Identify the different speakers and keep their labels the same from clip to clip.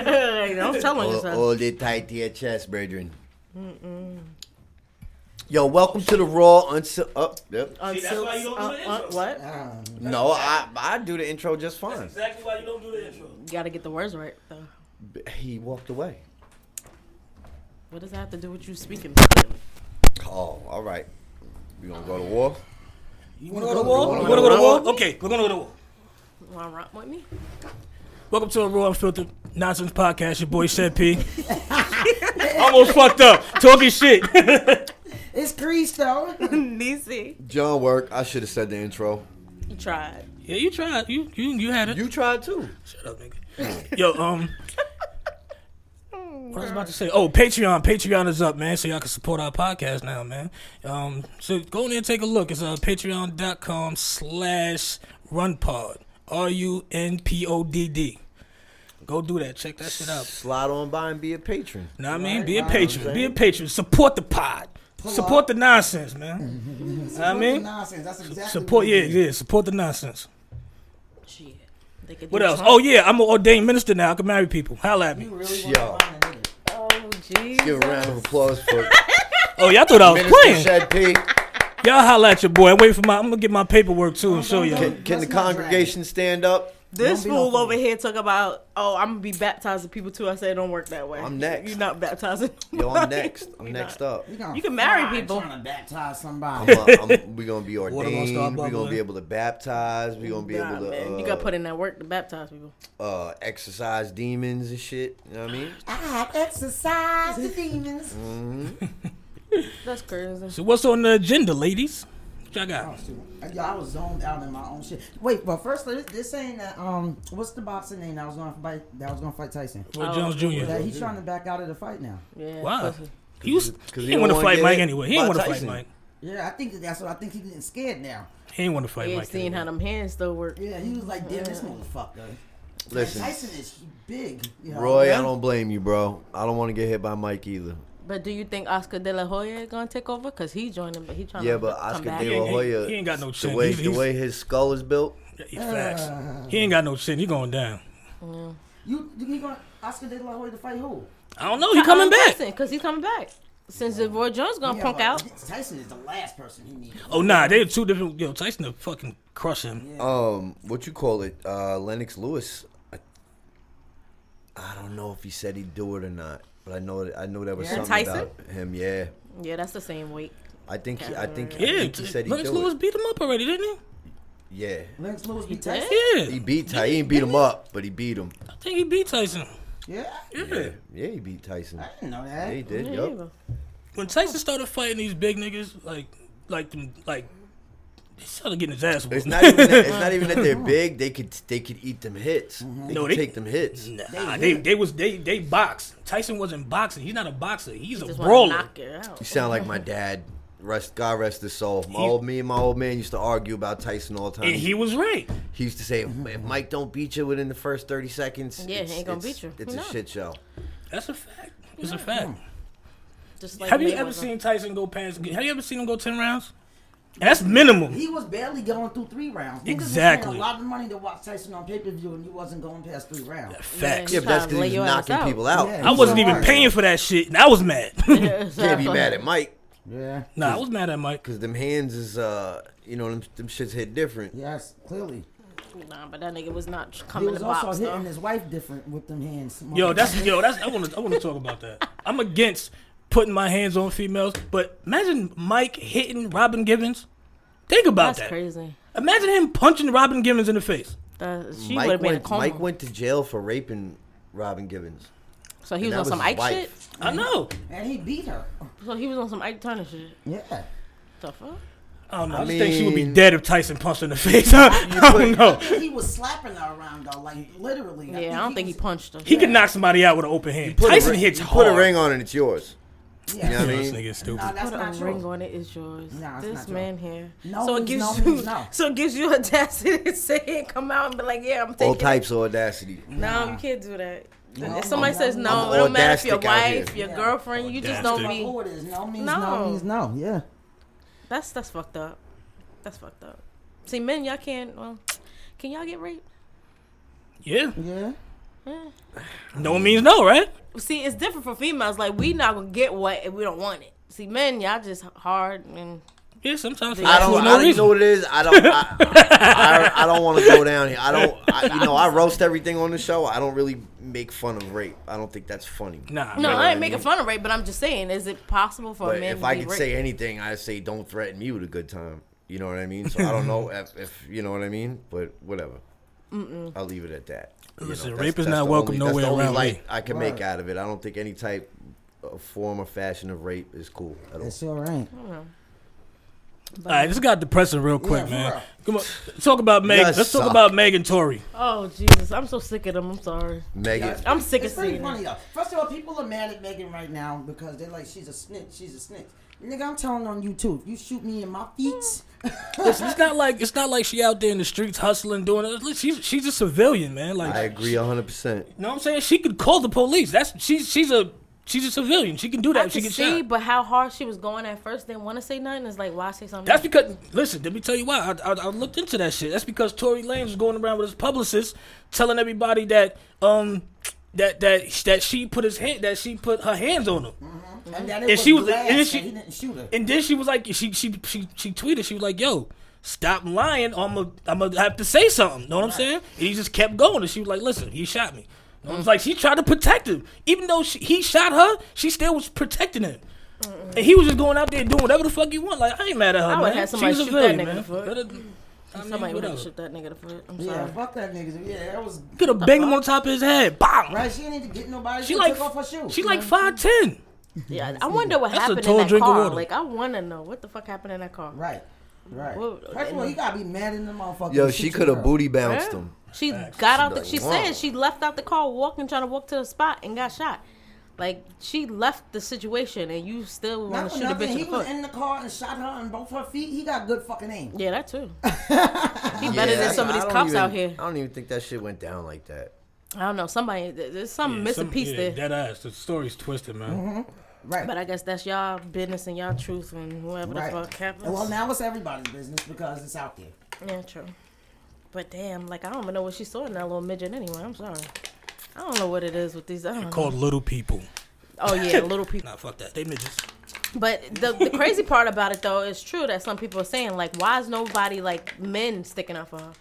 Speaker 1: Don't tell him.
Speaker 2: Hold,
Speaker 1: son.
Speaker 2: hold it tight to your chest, brethren. Yo, welcome to the Raw. Unci- oh, yep.
Speaker 1: On
Speaker 3: See, that's
Speaker 1: Sil-
Speaker 3: why you don't do
Speaker 1: on-
Speaker 3: the
Speaker 1: on-
Speaker 3: intros.
Speaker 1: uh, What?
Speaker 2: No, I I do the intro just fine.
Speaker 3: That's exactly why you don't do the intro.
Speaker 1: You gotta get the words right, though.
Speaker 2: He walked away.
Speaker 1: What does that have to do with you speaking? properly?
Speaker 2: Oh, all right. We gonna go to war?
Speaker 3: You wanna go to war? You wanna go to war? Okay, we're gonna go to war.
Speaker 1: Wanna rock with me?
Speaker 3: Welcome to a Raw Unfiltered Nonsense Podcast. Your boy Shed P. Almost fucked up. Talking shit.
Speaker 4: It's Grease though.
Speaker 1: Nisi.
Speaker 2: John Work. I should have said the intro.
Speaker 1: You tried.
Speaker 3: yeah, you tried. You you you had it.
Speaker 2: You tried too.
Speaker 3: Shut up, nigga. Yo, um. What I was about to say. Oh, Patreon. Patreon is up, man. So y'all can support our podcast now, man. Um, so go in there and take a look. It's uh, patreon.com slash runpod. R-U-N-P-O-D-D. Go do that. Check that shit out.
Speaker 2: Slide on by and be a patron.
Speaker 3: Know what I mean? Be a
Speaker 4: Right,
Speaker 3: patron. Be a patron. Support the pod. Support
Speaker 4: up.
Speaker 3: the nonsense, man. Know what I mean?
Speaker 4: nonsense. That's exactly
Speaker 3: Support,
Speaker 4: what
Speaker 3: yeah,
Speaker 4: it is.
Speaker 3: yeah. Support the nonsense.
Speaker 1: Shit. They could
Speaker 3: What
Speaker 1: do
Speaker 3: else?
Speaker 1: something.
Speaker 3: Oh, yeah. I'm an ordained minister now. I can marry people. Holla at me.
Speaker 4: You really
Speaker 2: Yo.
Speaker 4: want to find a nigga.
Speaker 1: Oh,
Speaker 2: Give
Speaker 1: jeez.
Speaker 2: a round of applause for
Speaker 3: Oh, y'all thought I was
Speaker 2: Minister
Speaker 3: playing.
Speaker 2: Shad P.
Speaker 3: Y'all holla at your boy. I'm waiting for my. I'm gonna get my paperwork too and show y'all.
Speaker 2: Can, can the
Speaker 4: Let's not drag
Speaker 2: congregation stand up?
Speaker 1: This
Speaker 4: Don't be no
Speaker 1: fool
Speaker 4: fool.
Speaker 1: over here talk about, oh, I'm gonna be baptizing people too. I say it don't work that way.
Speaker 2: I'm next.
Speaker 1: You're not baptizing.
Speaker 2: Yo, I'm
Speaker 1: nobody.
Speaker 2: next. I'm
Speaker 1: You're
Speaker 2: next
Speaker 1: not.
Speaker 2: up.
Speaker 4: We gonna
Speaker 1: You can marry
Speaker 4: fly
Speaker 1: people.
Speaker 4: Trying to baptize somebody.
Speaker 2: I'm, uh, I'm, we gonna be
Speaker 3: gonna
Speaker 2: ordained.
Speaker 3: start
Speaker 2: We're gonna
Speaker 3: bubbling.
Speaker 2: be able to baptize. We're gonna be
Speaker 1: Nah,
Speaker 2: able
Speaker 1: man.
Speaker 2: to. Uh,
Speaker 1: you gotta put in that work to baptize people.
Speaker 2: uh, exercise demons and shit. You know what I mean?
Speaker 4: I exercise the demons.
Speaker 1: That's crazy.
Speaker 3: So what's on the agenda, ladies? What y'all
Speaker 4: Oh,
Speaker 3: got?
Speaker 4: shoot. Yo, I was zoned out in my own shit. Wait, but first, this, this ain't that. Um, what's the boxing name that was going to fight? That was going to fight Tyson.
Speaker 3: Roy
Speaker 1: Oh.
Speaker 3: Jones Jr.
Speaker 4: That he's trying to back out of the fight now.
Speaker 1: Yeah.
Speaker 3: Wow.
Speaker 1: pussy.
Speaker 3: He was.
Speaker 2: he
Speaker 3: He
Speaker 2: don't
Speaker 3: didn't want to
Speaker 2: wanna
Speaker 3: fight
Speaker 2: get
Speaker 3: Mike
Speaker 2: hit
Speaker 3: anyway. He
Speaker 2: by
Speaker 3: didn't want to fight
Speaker 2: Tyson.
Speaker 3: Mike.
Speaker 4: Yeah, I think that's what I think he's getting scared now.
Speaker 3: He didn't want to fight
Speaker 1: Yeah,
Speaker 3: Mike.
Speaker 1: seeing how
Speaker 3: anyway.
Speaker 1: them hands still work.
Speaker 4: Yeah, he was like, damn, this motherfucker.
Speaker 2: Listen,
Speaker 4: Tyson is big. You know?
Speaker 2: Roy, I don't blame you, bro. I don't want to get hit by Mike either.
Speaker 3: Uh-huh.
Speaker 1: But do you think Oscar De La Hoya gonna take over? Cause he joined him, but he trying
Speaker 2: Yeah,
Speaker 1: to
Speaker 2: but
Speaker 1: come
Speaker 2: Oscar
Speaker 1: back.
Speaker 2: De La
Speaker 3: He ain't-
Speaker 2: Hoya,
Speaker 3: he ain't got no
Speaker 2: the
Speaker 3: chin.
Speaker 2: way
Speaker 3: He's-
Speaker 2: the
Speaker 3: he's-
Speaker 2: way his skull is built.
Speaker 3: Yeah, he facts. He ain't got no shit. He going down.
Speaker 4: You, you going to Oscar De La Hoya to fight who?
Speaker 3: I don't know. He
Speaker 1: um,
Speaker 3: coming back.
Speaker 1: Tyson, Cause he coming back. Since the Roy Jones gonna
Speaker 4: Yeah,
Speaker 1: punk
Speaker 4: but
Speaker 1: out,
Speaker 4: Tyson is the last person he needs.
Speaker 3: Oh nah, they're two different. Yo, Tyson to fucking crush him.
Speaker 2: Um, what you call it? Uh, Lennox Lewis. I, I don't know if he said he'd do it or not, but I know that I know there was
Speaker 1: Yeah.
Speaker 2: something
Speaker 1: Tyson?
Speaker 2: about him. Yeah,
Speaker 1: yeah, that's the same weight.
Speaker 2: I think he, I think I
Speaker 3: Yeah,
Speaker 2: think he said he'd
Speaker 3: Lennox
Speaker 2: do
Speaker 3: Lewis
Speaker 2: it.
Speaker 3: beat him up already, didn't
Speaker 2: Yeah,
Speaker 4: Lennox Lewis beat
Speaker 1: did?
Speaker 4: Tyson.
Speaker 3: he? Yeah,
Speaker 2: he beat Ty. He didn't beat him up, but he beat him.
Speaker 3: I think he beat Tyson.
Speaker 4: Yeah,
Speaker 3: Yeah.
Speaker 2: Yeah, he beat Tyson.
Speaker 4: I didn't know
Speaker 2: Yeah,
Speaker 4: that.
Speaker 2: he did.
Speaker 1: Uh, Yeah,
Speaker 2: Yep.
Speaker 1: either.
Speaker 3: when Tyson started fighting these big niggas, like like them, like he started getting his
Speaker 2: It's
Speaker 3: ass. whooped.
Speaker 2: not even that, it's not even that they're big. They could they could eat them hits. They
Speaker 1: Mm-hmm.
Speaker 3: No,
Speaker 2: could
Speaker 3: they-
Speaker 2: take them hits.
Speaker 3: Nah, they, they was they they box. Tyson wasn't boxing. He's not a boxer. He's a
Speaker 1: Just wanna
Speaker 3: brawler.
Speaker 1: knock it out.
Speaker 2: You sound like my dad. Rest God rest his soul. My
Speaker 3: He-
Speaker 2: old me and my old man used to argue about Tyson all the time.
Speaker 3: And he was right.
Speaker 2: He used to say, if, if Mike don't beat you within the first thirty seconds,
Speaker 1: Mm-hmm. Yeah, he
Speaker 2: it's-
Speaker 1: ain't gonna
Speaker 2: it's-
Speaker 1: beat you.
Speaker 2: It's
Speaker 1: No.
Speaker 2: a shit show.
Speaker 3: That's a fact. It's a fact.
Speaker 1: Just like
Speaker 3: Have you
Speaker 1: Mayweather.
Speaker 3: ever seen Tyson go past? Have you ever seen him go ten rounds? That's minimum.
Speaker 4: He was barely going through three rounds. Niggas was
Speaker 3: Exactly.
Speaker 4: paying A lot of money to watch Tyson on pay per view, and you wasn't going past three rounds.
Speaker 3: Facts.
Speaker 2: Yeah, but that's
Speaker 1: trying to
Speaker 2: because
Speaker 1: lay
Speaker 2: he
Speaker 1: your
Speaker 2: was
Speaker 1: ass
Speaker 2: knocking
Speaker 1: out.
Speaker 2: people out.
Speaker 4: Yeah.
Speaker 3: I wasn't
Speaker 4: So
Speaker 3: even
Speaker 4: hard.
Speaker 3: paying for that shit, and I was mad.
Speaker 2: Can't be mad at Mike
Speaker 4: Yeah.
Speaker 3: nah, I was mad at Mike.
Speaker 2: because them hands is uh you know them, them shits hit different.
Speaker 4: Yes, clearly.
Speaker 1: Nah, but that nigga was not
Speaker 4: He
Speaker 1: coming
Speaker 4: was
Speaker 1: to
Speaker 4: also
Speaker 1: box.
Speaker 4: hitting
Speaker 1: though.
Speaker 4: his wife different with them hands.
Speaker 3: Yo, that's yo, that's I want to I want to talk about that. I'm against putting my hands on females, but imagine Mike hitting Robin Givens. Think about
Speaker 1: That's
Speaker 3: that.
Speaker 1: crazy.
Speaker 3: Imagine him punching Robin Givens in the face.
Speaker 1: That, she would
Speaker 2: Mike
Speaker 1: have been in a
Speaker 2: went
Speaker 1: coma.
Speaker 2: Mike went to jail for raping Robin Gibbons.
Speaker 1: so he was
Speaker 2: that
Speaker 1: on
Speaker 2: was
Speaker 1: some
Speaker 2: his
Speaker 1: Ike
Speaker 2: wife.
Speaker 1: shit.
Speaker 3: I know.
Speaker 4: And he beat her.
Speaker 1: So he was on some Ike Turner shit.
Speaker 4: Yeah.
Speaker 1: The fuck?
Speaker 3: I don't know. I,
Speaker 2: I
Speaker 3: just think she would be
Speaker 2: mean-
Speaker 3: dead if Tyson punched her in the face. I, don't know.
Speaker 4: He was slapping her around though, like literally.
Speaker 1: Yeah, I don't think he
Speaker 4: was-
Speaker 1: punched her.
Speaker 3: He could knock somebody out with an open hand.
Speaker 2: Put a
Speaker 3: Tyson
Speaker 2: ring-
Speaker 3: hits
Speaker 2: you
Speaker 3: hard.
Speaker 2: Put a ring on and it's yours.
Speaker 4: Yeah.
Speaker 2: You know what I
Speaker 3: This
Speaker 2: mean?
Speaker 3: nigga is stupid.
Speaker 4: No, that's
Speaker 1: Put a
Speaker 4: not
Speaker 1: ring
Speaker 4: true.
Speaker 1: on it is yours.
Speaker 4: Nah, it's
Speaker 1: this
Speaker 4: not
Speaker 1: man here.
Speaker 4: No
Speaker 1: so it
Speaker 4: means
Speaker 1: gives
Speaker 4: no
Speaker 1: you
Speaker 4: means no.
Speaker 1: so it gives you audacity to say it, come out and be like, yeah, I'm taking.
Speaker 2: All
Speaker 1: it.
Speaker 2: types of audacity.
Speaker 1: No, you can't do that.
Speaker 4: No,
Speaker 1: if somebody
Speaker 4: no,
Speaker 1: says
Speaker 4: no.
Speaker 1: no,
Speaker 2: I'm
Speaker 1: it don't matter if your
Speaker 2: audastic out
Speaker 1: wife,
Speaker 2: here.
Speaker 1: your
Speaker 4: Yeah.
Speaker 1: girlfriend, you just don't
Speaker 3: Audastic.
Speaker 1: be.
Speaker 4: Oh, it is. No means
Speaker 1: No.
Speaker 4: no. means no. Yeah.
Speaker 1: That's that's fucked up. That's fucked up. See, men, y'all can't. Well, can y'all get raped?
Speaker 3: Yeah.
Speaker 4: Yeah.
Speaker 3: No means no, right?
Speaker 1: See, it's different for females. Like we not gonna get what if we don't want it. See, men, y'all just hard and
Speaker 3: Yeah, sometimes
Speaker 1: I
Speaker 3: for
Speaker 2: I don't. I don't
Speaker 3: absolutely no
Speaker 2: know
Speaker 3: reason.
Speaker 2: what it is. I don't. I, I, I don't want to go down here. I don't. I, you know, I roast everything on the show. I don't really make fun of rape. I don't think that's funny.
Speaker 3: Nah,
Speaker 1: no,
Speaker 3: man.
Speaker 1: I ain't making fun of rape, but I'm just saying, is it possible for a
Speaker 2: But
Speaker 1: man
Speaker 2: if
Speaker 1: to
Speaker 2: I
Speaker 1: be
Speaker 2: could
Speaker 1: raped?
Speaker 2: say anything, I say don't threaten me with a good time. You know what I mean? So I don't know if, if you know what I mean, but whatever. I'll leave it at that. You know,
Speaker 3: Listen,
Speaker 2: that's-
Speaker 3: rape is
Speaker 2: that's
Speaker 3: not
Speaker 2: the
Speaker 3: welcome
Speaker 2: only- that's
Speaker 3: nowhere
Speaker 2: the only
Speaker 3: around
Speaker 2: light
Speaker 3: me.
Speaker 2: I can make
Speaker 4: Right.
Speaker 2: out of it. I don't think any type of form or fashion of rape is cool at all.
Speaker 4: It sure right.
Speaker 3: All right, this got depressing real quick,
Speaker 4: for
Speaker 3: man.
Speaker 4: real.
Speaker 3: Come on, talk about Meg.
Speaker 2: guys
Speaker 3: Let's talk
Speaker 2: suck.
Speaker 3: about Meg and Tory.
Speaker 1: Oh Jesus, I'm so sick of them. I'm sorry.
Speaker 2: Megan,
Speaker 1: I'm sick
Speaker 4: It's
Speaker 1: of
Speaker 4: pretty
Speaker 1: seeing
Speaker 4: funny
Speaker 1: it.
Speaker 4: though. First of all, people are mad at Megan right now because they're like, she's a snitch. She's a snitch. Nigga, I'm telling on you too. If you shoot me in my feet,
Speaker 3: Listen, it's not like it's not like she out there in the streets hustling, doing it. Look, She's she's a civilian, man. Like
Speaker 2: I agree 100. percent
Speaker 3: You know what I'm saying? She could call the police. That's she's she's a she's a civilian. She can do that.
Speaker 1: I
Speaker 3: if she
Speaker 1: could
Speaker 3: gets
Speaker 1: see,
Speaker 3: shot.
Speaker 1: but how hard she was going at first, didn't want to say nothing. It's like, why say something?
Speaker 3: That's because listen. Let me tell you why. I, I, I looked into that shit. That's because Tory Lanez was going around with his publicist, telling everybody that um that that that she put his hand that she put her hands on him.
Speaker 4: and that it
Speaker 3: And
Speaker 4: was
Speaker 3: she was-
Speaker 4: glass,
Speaker 3: and
Speaker 4: and
Speaker 3: she-
Speaker 4: he didn't shoot her.
Speaker 3: And then she was like, she she she she tweeted. She was like, "Yo, stop lying. I'm a, I'm gonna have to say something." Know what I'm saying? And he just kept going. And she was like, "Listen, he shot me." And I was like, she tried to protect him, even though she, he shot her. She still was protecting him. And he was just going out there doing whatever the fuck he want. Like I ain't mad at her.
Speaker 1: I would
Speaker 3: man.
Speaker 1: have somebody
Speaker 3: She's a
Speaker 1: shoot that
Speaker 3: villain,
Speaker 1: nigga
Speaker 3: man.
Speaker 1: for it.
Speaker 3: Let her- I mean,
Speaker 1: somebody would have
Speaker 3: whatever.
Speaker 1: shoot that nigga to foot. I'm
Speaker 4: Yeah,
Speaker 1: sorry.
Speaker 4: fuck that nigga. Yeah, that was
Speaker 3: Could have banged him on top of his head. Bam.
Speaker 4: right. She didn't even get nobody.
Speaker 3: She
Speaker 4: She,
Speaker 3: like
Speaker 4: took off her shoe.
Speaker 3: she like five ten.
Speaker 1: Yeah, I wonder what
Speaker 3: That's a
Speaker 1: happened
Speaker 3: tall
Speaker 1: in that
Speaker 3: drink of
Speaker 1: car.
Speaker 3: water.
Speaker 1: Like, I want to know what the fuck happened in that car.
Speaker 4: right, right.
Speaker 1: Whoa,
Speaker 4: First of all,
Speaker 1: they-
Speaker 4: you gotta be mad in the motherfucker.
Speaker 2: Yo,
Speaker 4: to
Speaker 2: she
Speaker 4: shoot
Speaker 2: could
Speaker 4: her.
Speaker 2: have booty bounced
Speaker 1: Yeah.
Speaker 2: him.
Speaker 1: She got out. The,
Speaker 2: like,
Speaker 1: she
Speaker 2: "Wow."
Speaker 1: said she left out the car, walking, trying to walk to the spot, and got shot. Like she left the situation, and you still
Speaker 4: Not
Speaker 1: want to
Speaker 4: for
Speaker 1: shoot a
Speaker 4: nothing.
Speaker 1: bitch in
Speaker 4: He
Speaker 1: the
Speaker 4: was
Speaker 1: foot.
Speaker 4: in the car and shot her on both her feet. He got good fucking aim.
Speaker 1: yeah, that too. He better than
Speaker 2: I-
Speaker 1: some of
Speaker 2: I
Speaker 1: these
Speaker 2: don't
Speaker 1: cops
Speaker 2: even-
Speaker 1: out here.
Speaker 2: I don't even think that shit went down like that.
Speaker 1: I don't know. Somebody, there- there's some missing piece there. Mm-hmm.
Speaker 3: Dead ass. The story's twisted, man.
Speaker 4: Right.
Speaker 1: but I guess that's y'all business and y'all truth and whoever
Speaker 4: right.
Speaker 1: the fuck happens.
Speaker 4: Well, now it's everybody's business because it's out there.
Speaker 1: Yeah, true. But damn, like I don't even know what she saw in that little midget anyway. I'm sorry. I don't know what it is with these. I don't know.
Speaker 3: Called little people.
Speaker 1: Oh yeah, little people.
Speaker 3: Nah, fuck that. They midgets.
Speaker 1: But the, the crazy part about it though is true that some people are saying like, why is nobody like men sticking up for her?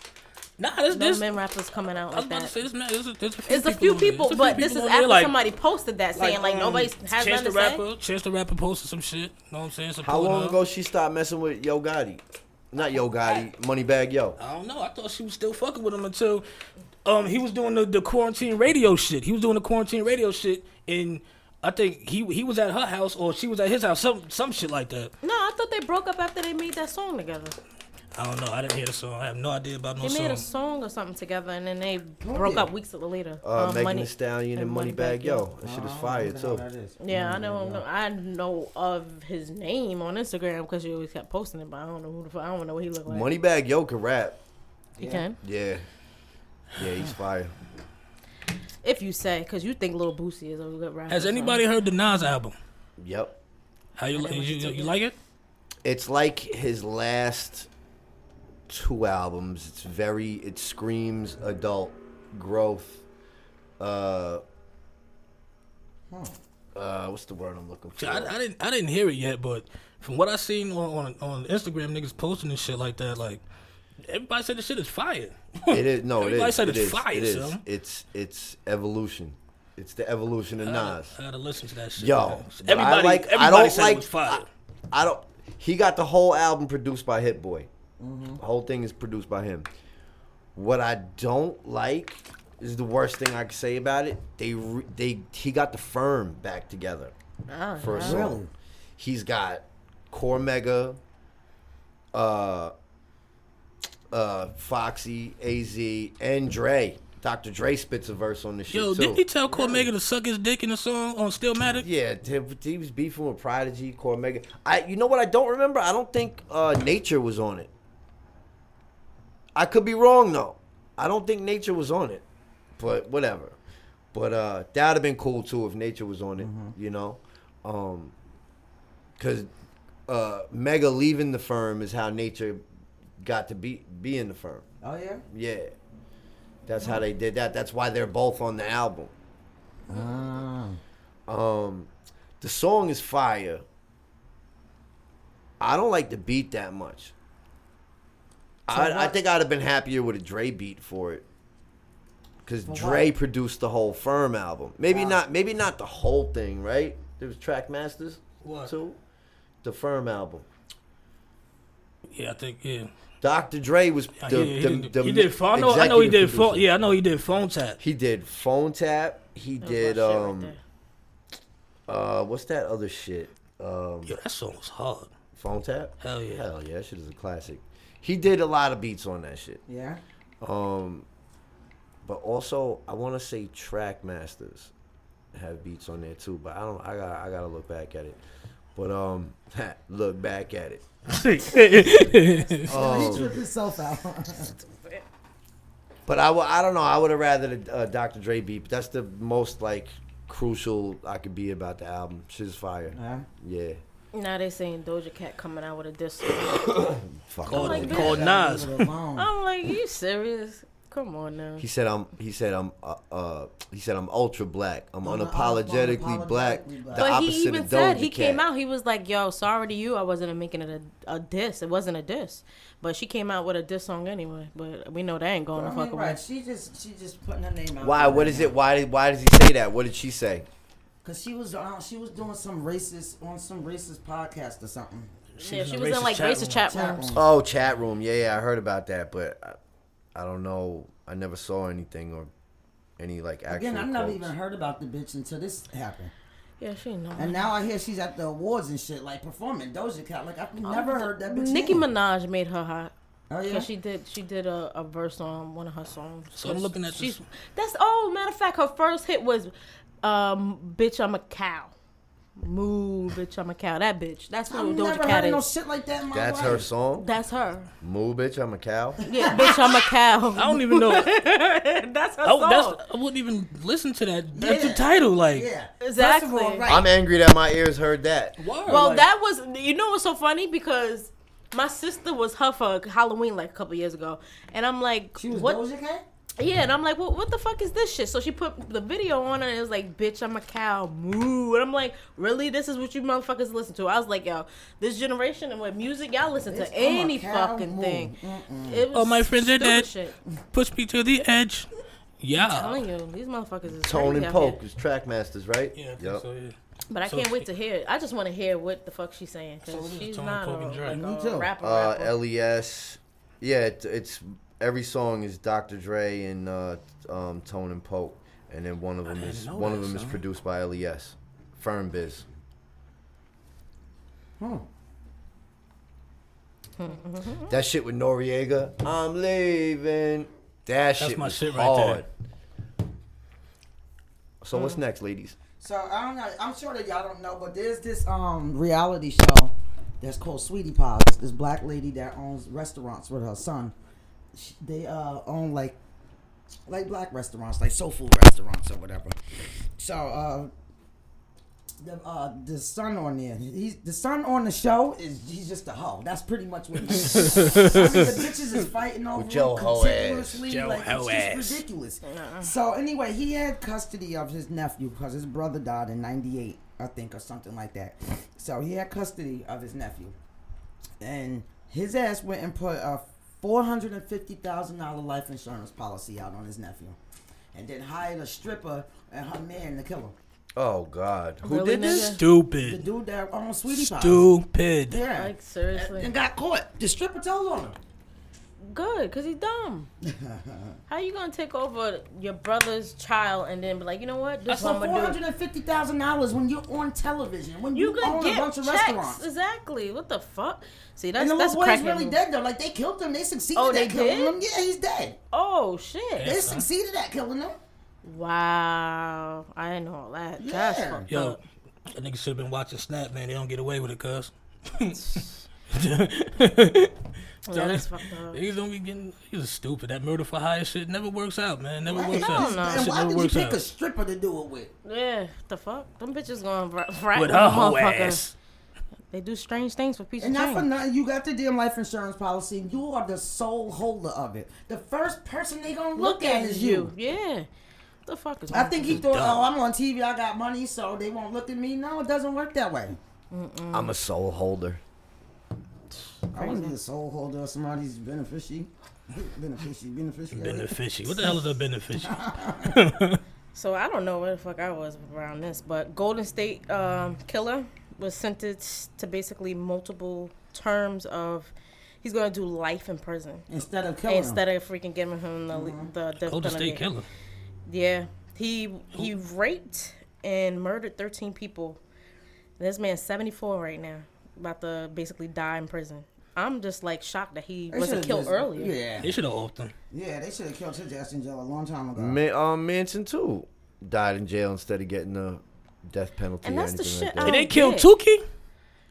Speaker 3: Nah, this,
Speaker 1: No
Speaker 3: this
Speaker 1: men rappers coming out
Speaker 3: I
Speaker 1: like
Speaker 3: was about to
Speaker 1: that.
Speaker 3: say this man. There's a, there's a few
Speaker 1: It's a few
Speaker 3: on there.
Speaker 1: people,
Speaker 3: There's a
Speaker 1: but
Speaker 3: few
Speaker 1: this is
Speaker 3: people on
Speaker 1: after
Speaker 3: there, like-
Speaker 1: somebody posted that saying like,
Speaker 3: um,
Speaker 1: nobody has
Speaker 3: Chance
Speaker 1: nothing
Speaker 3: the
Speaker 1: to say.
Speaker 3: rapper, Chance the rapper posted some shit. Know what I'm saying?
Speaker 2: How
Speaker 3: supporting
Speaker 2: long
Speaker 3: her.
Speaker 2: ago she stopped messing with Yo Gotti? Not Yo Gotti, Moneybag Yo.
Speaker 3: I don't know. I thought she was still fucking with him until um he was doing the, the quarantine radio shit. He was doing the quarantine radio shit, and I think he he was at her house or she was at his house. Some some shit like that.
Speaker 1: No, I thought they broke up after they made that song together.
Speaker 3: I don't know. I didn't hear the song. I have no idea about no
Speaker 1: They made a
Speaker 3: song.
Speaker 1: song or something together, and then they broke
Speaker 4: yeah.
Speaker 1: up weeks later.
Speaker 2: Oh, Uh,
Speaker 1: Um,
Speaker 2: Megan
Speaker 1: Money-
Speaker 2: Thee Stallion
Speaker 1: and
Speaker 2: and Moneybag
Speaker 1: Moneybag
Speaker 2: Yo. That
Speaker 3: Oh,
Speaker 2: shit is fire
Speaker 4: So
Speaker 2: too.
Speaker 1: Yeah, I know. no, I know of his name on Instagram because you always kept posting it, but I don't know who the fuck. I don't know what he looked like.
Speaker 2: Moneybag Yo can rap.
Speaker 1: He can,
Speaker 2: Yeah. Yeah, he's fire.
Speaker 1: if you say, because you think Little Boosie is a good rapper.
Speaker 3: Has
Speaker 1: so-
Speaker 3: anybody heard the Nas album?
Speaker 2: Yep.
Speaker 3: How you like? You, you like it?
Speaker 2: It's like his last two albums. It's very it screams adult growth. Uh uh, what's the word I'm looking for?
Speaker 3: I, I didn't I didn't hear it yet, but from what I seen on, on on Instagram, niggas posting and shit like that, like everybody said the shit is fire.
Speaker 2: It is no, it
Speaker 3: Everybody
Speaker 2: is.
Speaker 3: said
Speaker 2: it
Speaker 3: it's
Speaker 2: is,
Speaker 3: fire,
Speaker 2: It is.
Speaker 3: son.
Speaker 2: It's it's evolution. It's the evolution of
Speaker 3: I gotta-
Speaker 2: Nas.
Speaker 3: I gotta listen to that shit.
Speaker 2: Yo,
Speaker 3: man.
Speaker 2: but
Speaker 3: everybody,
Speaker 2: I like.
Speaker 3: everybody
Speaker 2: I don't
Speaker 3: said
Speaker 2: like.
Speaker 3: it was fire.
Speaker 2: I, I don't. He got the whole album produced by Hit Boy.
Speaker 3: Mm-hmm.
Speaker 2: The whole thing is produced by him. What I don't like is the worst thing I can say about it. They re- they he got the firm back together
Speaker 1: Oh,
Speaker 2: for a
Speaker 1: yeah.
Speaker 2: song.
Speaker 4: Really?
Speaker 2: He's got Core Mega, uh, uh, Foxy, AZ, and Dre. Dr. Dre spits a verse on this shit
Speaker 3: Yo,
Speaker 2: too.
Speaker 3: didn't he tell Cormega to suck his dick in the song on Stillmatic?
Speaker 2: Yeah, he, he was beefing with Prodigy, Core Mega. I, you know what? I don't remember. I don't think uh, Nature was on it. I could be wrong though. I don't think Nature was on it, but whatever. But uh, that'd have been cool too if Nature was on it. You know, um, because uh, Mega leaving the firm is how Nature got to be be in the firm.
Speaker 4: Oh yeah.
Speaker 2: Yeah, That's how they did that. That's why they're both on the album.
Speaker 4: Ah.
Speaker 2: Um, the song is fire. I don't like the beat that much. I, I think I'd have been happier with a Dre beat for it, because Dre produced the whole Firm album. Maybe not. Maybe not the whole thing. Right? There was Track Masters
Speaker 3: What?
Speaker 2: too. The Firm album.
Speaker 3: Yeah, I think yeah.
Speaker 2: Dr. Dre was
Speaker 3: Uh,
Speaker 2: the,
Speaker 3: yeah, he,
Speaker 2: the,
Speaker 3: did,
Speaker 2: the
Speaker 3: he did phone. I know, I know he
Speaker 2: executive
Speaker 3: did phone.
Speaker 2: producer.
Speaker 3: Yeah, I know he did phone tap.
Speaker 2: He did phone tap. He
Speaker 1: That was
Speaker 2: did
Speaker 1: my shit right
Speaker 2: um
Speaker 1: there.
Speaker 2: uh what's that other shit? Um
Speaker 3: Yo, that song was hard.
Speaker 2: phone tap?
Speaker 3: Hell yeah.
Speaker 2: Hell yeah, that shit is a classic. He did a lot of beats on that shit.
Speaker 4: Yeah.
Speaker 2: Um but also I wanna say Track Masters have beats on there too, but I don't I got I gotta look back at it. But um look back at it.
Speaker 3: Oh.
Speaker 4: He tripped himself out.
Speaker 2: But I would, I don't know. I would have rather the uh, Dr. Dre beat. But that's the most like crucial I could be about the album. Shit's fire.
Speaker 4: yeah.
Speaker 2: Yeah.
Speaker 1: Now they saying Doja Cat coming out with a diss.
Speaker 2: Hmm. Fuck.
Speaker 3: Call,
Speaker 2: I
Speaker 1: like,
Speaker 2: love it.
Speaker 3: call Nas.
Speaker 4: Leave it alone.
Speaker 1: I'm like, you serious? Come on now.
Speaker 2: He said I'm. He said I'm. Uh, uh, he said I'm ultra black. I'm
Speaker 4: I'm
Speaker 2: unapologetically black.
Speaker 4: unapologetically black.
Speaker 2: The
Speaker 4: But
Speaker 1: But
Speaker 2: opposite
Speaker 1: he even
Speaker 2: of Doja
Speaker 1: said he came
Speaker 2: Cat.
Speaker 1: out. He was like, "Yo, sorry to you, I wasn't making it a, a diss. It wasn't a diss." But she came out with a diss song anyway. But we know that ain't going
Speaker 4: I
Speaker 1: to
Speaker 4: mean,
Speaker 1: fuck away.
Speaker 4: right. She just she just putting her name out.
Speaker 2: Why?
Speaker 4: there
Speaker 2: What
Speaker 4: right
Speaker 2: is
Speaker 4: now.
Speaker 2: it? Why? Did, why does he say that? What did she say?
Speaker 4: Cause she was uh, she was doing some racist on some racist podcast or something.
Speaker 1: Yeah,
Speaker 3: was
Speaker 1: she
Speaker 3: in a
Speaker 1: was in
Speaker 3: racist
Speaker 1: like
Speaker 3: chat
Speaker 1: racist
Speaker 3: room.
Speaker 1: chat
Speaker 4: Chat
Speaker 1: rooms.
Speaker 4: room.
Speaker 2: Oh, chat room. Yeah, yeah. I heard about that, but I, I don't know. I never saw anything or any like actual.
Speaker 4: Again, I never
Speaker 2: quotes.
Speaker 4: even heard about the bitch until this happened.
Speaker 1: Yeah, she know.
Speaker 4: And now I hear she's at the awards and shit, like performing Doja Cat. Like I've never heard that bitch.
Speaker 1: Oh, Nicki
Speaker 4: name.
Speaker 1: Minaj made her hot.
Speaker 4: Oh yeah.
Speaker 1: Cause she did, she did a, a verse on one of her songs.
Speaker 3: So I'm looking at
Speaker 1: she's,
Speaker 3: this-
Speaker 1: That's oh, matter of fact, her first hit was, um, "Bitch I'm a Cow," "Moo," "Bitch I'm a Cow." That bitch. That's who
Speaker 4: I've
Speaker 1: Doja
Speaker 4: never
Speaker 1: Cat
Speaker 4: heard
Speaker 1: is.
Speaker 4: no shit like that in my
Speaker 2: That's
Speaker 4: life.
Speaker 2: her song.
Speaker 1: that's her.
Speaker 2: Moo, bitch. I'm a cow.
Speaker 1: Yeah, "Bitch I'm a Cow."
Speaker 3: I don't even know. I,
Speaker 1: that's her song.
Speaker 3: that's, I wouldn't even listen to that. That's
Speaker 4: Yeah.
Speaker 3: the title. Like,
Speaker 4: Yeah.
Speaker 1: Exactly.
Speaker 4: First of all, right.
Speaker 2: I'm angry that my ears heard that.
Speaker 3: word,
Speaker 1: Well,
Speaker 3: like,
Speaker 1: that was you know what's so funny because my sister was her for Halloween like a couple years ago, and I'm like,
Speaker 4: she was
Speaker 1: what?
Speaker 4: Doja Cat.
Speaker 1: Yeah, and I'm like, what? What the fuck is this shit? So she put the video on, and it was like, bitch, I'm a cow, moo, and I'm like, really? This is what you motherfuckers listen to? I was like, yo, this generation and with music, y'all listen
Speaker 4: Bitch,
Speaker 1: to
Speaker 4: I'm a
Speaker 1: any
Speaker 4: cow,
Speaker 1: fucking
Speaker 4: moo.
Speaker 1: thing. It was
Speaker 3: All my friends are
Speaker 1: stupid
Speaker 3: dead.
Speaker 1: Shit.
Speaker 3: push me to the edge.
Speaker 1: I'm
Speaker 3: Yeah.
Speaker 1: telling you, these motherfuckers is
Speaker 2: Tone
Speaker 1: crazy
Speaker 2: and
Speaker 1: out
Speaker 2: Poke
Speaker 1: here.
Speaker 2: is Trackmasters, right?
Speaker 3: Yeah, I think
Speaker 2: Yup.
Speaker 3: so, yeah.
Speaker 1: But I
Speaker 3: So
Speaker 1: can't wait
Speaker 3: she-
Speaker 1: to hear. it. I just want to hear what the fuck she's saying
Speaker 3: So
Speaker 1: because
Speaker 3: this is
Speaker 1: she's
Speaker 3: Tone
Speaker 1: not a,
Speaker 3: Poke and Dre.
Speaker 1: like,
Speaker 4: Me
Speaker 1: a
Speaker 4: too.
Speaker 1: rapper.
Speaker 2: Uh,
Speaker 1: rapper.
Speaker 2: LES. Yeah, it, it's every song is Dr. Dre and uh, um, Tone and Poke, and then one of them
Speaker 3: didn't
Speaker 2: is
Speaker 3: know
Speaker 2: one of
Speaker 3: that
Speaker 2: them is
Speaker 3: song.
Speaker 2: produced by LES, Firm Biz.
Speaker 4: Hmm.
Speaker 2: That shit with Noriega, I'm leaving. That shit
Speaker 3: my
Speaker 2: was
Speaker 3: shit right there.
Speaker 2: hard. So
Speaker 3: Mm.
Speaker 2: what's next, ladies?
Speaker 4: So I don't know. I'm sure that y'all don't know, but there's this um reality show that's called Sweetie Pies. It's This black lady that owns restaurants with her son. She, they uh own like like black restaurants, like soul food restaurants or whatever. So uh. The, uh, the son on there, he's the son on the show is he's just a hoe. That's pretty much what. He is. I mean, the bitches is fighting over
Speaker 2: With your
Speaker 4: him
Speaker 2: hoe ass.
Speaker 4: continuously.
Speaker 3: Your
Speaker 4: like,
Speaker 3: hoe
Speaker 4: it's just
Speaker 3: ass.
Speaker 4: ridiculous. So anyway, he had custody of his nephew because his brother died in '98, I think, or something like that. So he had custody of his nephew, and his ass went and put a four hundred and fifty thousand dollar life insurance policy out on his nephew, and then hired a stripper and her man to kill him.
Speaker 2: Oh God, who
Speaker 1: Really,
Speaker 2: did this?
Speaker 1: nigga?
Speaker 4: The
Speaker 3: Stupid.
Speaker 4: dude that owned Sweetie Pie.
Speaker 3: Stupid.
Speaker 4: Yeah.
Speaker 1: Like, seriously.
Speaker 4: And got caught. The stripper told on him.
Speaker 1: Good, cause he's dumb. How you gonna take over your brother's child and then be like, you know what? This
Speaker 4: That's so
Speaker 1: one
Speaker 4: four
Speaker 1: gonna do.
Speaker 4: hundred and fifty thousand dollars when you're on television, when
Speaker 1: You
Speaker 4: you,
Speaker 1: could
Speaker 4: own
Speaker 1: get
Speaker 4: a bunch of
Speaker 1: checks.
Speaker 4: restaurants.
Speaker 1: Exactly. What the fuck? See, that's
Speaker 4: And the
Speaker 1: that's
Speaker 4: little boy is
Speaker 1: cracking.
Speaker 4: really
Speaker 1: me.
Speaker 4: dead though. Like they killed him. They succeeded
Speaker 1: Oh,
Speaker 4: at
Speaker 1: they
Speaker 4: killing
Speaker 1: did?
Speaker 4: him. Yeah, he's dead.
Speaker 1: Oh shit!
Speaker 4: They succeeded at killing him.
Speaker 1: Wow, I didn't know all that. That's
Speaker 4: Yeah.
Speaker 1: fucked
Speaker 3: Yo,
Speaker 1: up.
Speaker 3: that nigga should have been watching Snap, man. They don't get away with it, cuz.
Speaker 1: Yeah, that's fucked up.
Speaker 3: Niggas don't be getting. He's stupid. That murder for hire shit never works out, man. Never
Speaker 4: Right?
Speaker 3: works
Speaker 1: Hell
Speaker 3: out.
Speaker 1: no.
Speaker 3: That
Speaker 4: And
Speaker 3: shit
Speaker 4: why
Speaker 3: never
Speaker 4: did you
Speaker 3: works
Speaker 4: pick
Speaker 3: out.
Speaker 4: a stripper to do it with?
Speaker 1: Yeah, the fuck? Them bitches going right
Speaker 3: With her
Speaker 1: whole
Speaker 3: whole ass.
Speaker 1: They do strange things for peace
Speaker 4: And
Speaker 1: of
Speaker 4: not for
Speaker 1: change.
Speaker 4: nothing, you got the damn life insurance policy. and You are the sole holder of it. The first person they gonna look, at is you.
Speaker 1: Yeah. The fuck is
Speaker 4: I think he thought,
Speaker 3: dumb.
Speaker 4: oh, I'm on TV, I got money, so they won't look at me. No, it doesn't work that way.
Speaker 2: I'm a soul holder.
Speaker 4: I wasn't the sole holder of somebody's beneficiary. beneficiary, beneficiary.
Speaker 3: Beneficiary. What the hell is a beneficiary?
Speaker 1: So I don't know where the fuck I was around this, but Golden State um, Killer was sentenced to basically multiple terms of he's gonna do life in prison
Speaker 4: Instead of killing
Speaker 1: instead of freaking giving him the
Speaker 4: Mm-hmm.
Speaker 1: the death
Speaker 3: Golden
Speaker 1: penalty.
Speaker 3: State Killer.
Speaker 1: Yeah, he he raped and murdered thirteen people. This man's seventy four right now, about to basically die in prison. I'm just like shocked that he
Speaker 4: They
Speaker 1: wasn't
Speaker 4: should've
Speaker 1: killed
Speaker 4: just-
Speaker 1: earlier.
Speaker 4: Yeah,
Speaker 3: They should have offed him.
Speaker 4: yeah, they should have killed his ass in jail a long time ago.
Speaker 2: Ma- um, Manson too died in jail instead of getting the death penalty.
Speaker 1: And
Speaker 2: or
Speaker 1: that's the
Speaker 2: anything like
Speaker 1: shit
Speaker 2: that.
Speaker 1: I
Speaker 3: And
Speaker 1: don't
Speaker 3: they killed
Speaker 1: get.
Speaker 3: Tukey?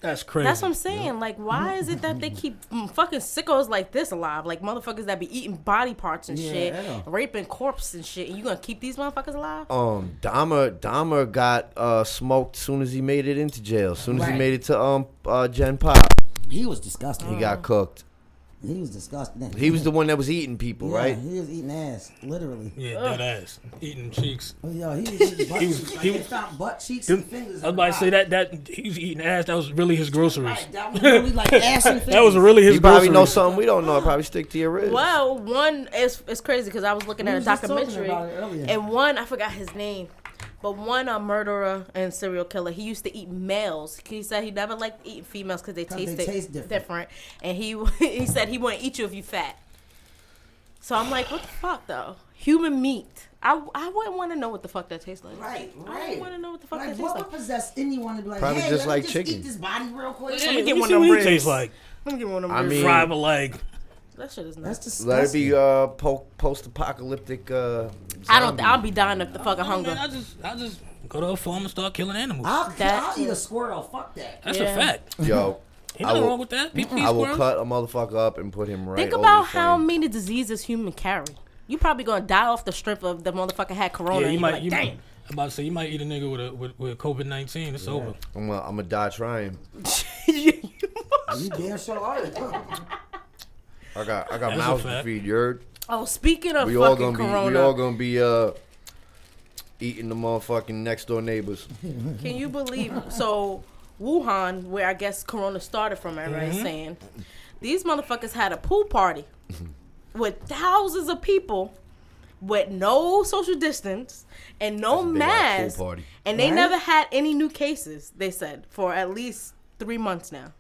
Speaker 3: That's crazy.
Speaker 1: Oh, That's what I'm saying. Like, why is it that they keep mm, fucking sickos like this alive? Like motherfuckers that be eating body parts and
Speaker 4: Yeah,
Speaker 1: shit,
Speaker 4: yeah.
Speaker 1: raping corpses and shit, and you gonna keep these motherfuckers
Speaker 4: Oh,
Speaker 1: alive?
Speaker 2: um Dahmer Dahmer got uh smoked soon as he made it into jail. Soon as he
Speaker 4: Right.
Speaker 2: made it to um uh Gen Pop,
Speaker 4: He was disgusting.
Speaker 2: he
Speaker 1: Oh.
Speaker 2: got cooked.
Speaker 4: He was disgusting.
Speaker 2: He was the one that was eating people,
Speaker 4: Yeah,
Speaker 2: right?
Speaker 4: He was eating ass, literally.
Speaker 3: Yeah, dead ass. Eating cheeks.
Speaker 4: Oh, Yo, he was eating butt
Speaker 3: He was-
Speaker 4: cheeks. Like,
Speaker 3: he
Speaker 4: they
Speaker 3: was-
Speaker 4: found butt cheeks
Speaker 3: I
Speaker 4: and
Speaker 3: was
Speaker 4: fingers. in
Speaker 3: about to
Speaker 4: the
Speaker 3: say
Speaker 4: box.
Speaker 3: that that he was eating ass. That was really his groceries.
Speaker 4: Right, that was really like ass and fingers.
Speaker 3: That was really his
Speaker 2: You probably know
Speaker 3: groceries.
Speaker 2: something we don't know. Probably stick to your ribs.
Speaker 1: Well, one is it's crazy because I was looking
Speaker 4: We
Speaker 1: at a
Speaker 4: was just talking
Speaker 1: documentary,
Speaker 4: about it earlier.
Speaker 1: and one I forgot his name, but one a murderer and serial killer. He used to eat males. He said he never liked eating females because they
Speaker 4: 'Cause they
Speaker 1: tasted
Speaker 4: taste different.
Speaker 1: and he he said he wouldn't eat you if you fat. So I'm like, what the fuck though? Human meat. I, I wouldn't want to know what the fuck that tastes like.
Speaker 4: Right,
Speaker 1: I
Speaker 4: right.
Speaker 1: wanna know what the fuck
Speaker 4: like,
Speaker 1: that
Speaker 4: what
Speaker 1: tastes
Speaker 4: would
Speaker 1: like.
Speaker 4: possess anyone to be like,
Speaker 2: Probably
Speaker 4: hey,
Speaker 2: just
Speaker 4: let me
Speaker 2: like
Speaker 4: just
Speaker 2: chicken.
Speaker 4: eat this body real quick?
Speaker 1: Let me get
Speaker 3: Let me
Speaker 1: one
Speaker 3: see
Speaker 1: of them
Speaker 3: what he
Speaker 1: ribs.
Speaker 3: tastes like.
Speaker 1: Let me get one of them
Speaker 2: I
Speaker 1: ribs.
Speaker 2: mean-
Speaker 3: Fried with like
Speaker 1: that shit is
Speaker 4: That's
Speaker 1: nuts.
Speaker 4: disgusting.
Speaker 2: Let it be uh po- post-apocalyptic. Uh,
Speaker 1: I don't.
Speaker 2: zombie.
Speaker 1: I'll be dying of the fucking hunger.
Speaker 3: Man, I just I just go to a farm and start killing animals.
Speaker 4: I'll,
Speaker 1: That-
Speaker 4: I'll eat a squirrel. Fuck that.
Speaker 3: That's
Speaker 1: Yeah.
Speaker 3: a fact.
Speaker 2: Yo,
Speaker 3: Ain't
Speaker 2: I
Speaker 3: nothing
Speaker 2: will-
Speaker 3: wrong with that. People eat
Speaker 2: I will
Speaker 3: squirrels.
Speaker 2: cut a motherfucker up and put him right.
Speaker 1: Think
Speaker 2: over
Speaker 1: about
Speaker 2: the
Speaker 1: how
Speaker 2: thing.
Speaker 1: many diseases human carry. You probably gonna die off the strength of the motherfucker had corona.
Speaker 3: Yeah, you might.
Speaker 1: Like,
Speaker 3: you
Speaker 1: Damn.
Speaker 3: might. I'm about to say you might eat a nigga with a with, with COVID nineteen. It's over.
Speaker 2: I'm gonna, I'm gonna die trying.
Speaker 4: You damn sure are.
Speaker 2: I got I got
Speaker 3: That's a
Speaker 2: mouths to
Speaker 3: fact.
Speaker 2: feed. You're
Speaker 1: oh, speaking of
Speaker 2: we all
Speaker 1: fucking
Speaker 2: gonna be
Speaker 1: corona,
Speaker 2: we all gonna be uh eating the motherfucking next door neighbors.
Speaker 1: can you believe? So Wuhan, where I guess corona started from, everybody's saying these motherfuckers had a pool party with thousands of people. With no social distance and no
Speaker 2: Big ass pool
Speaker 1: mask,
Speaker 2: party.
Speaker 1: and they
Speaker 4: Right?
Speaker 1: never had any new cases. They said for at least three months now.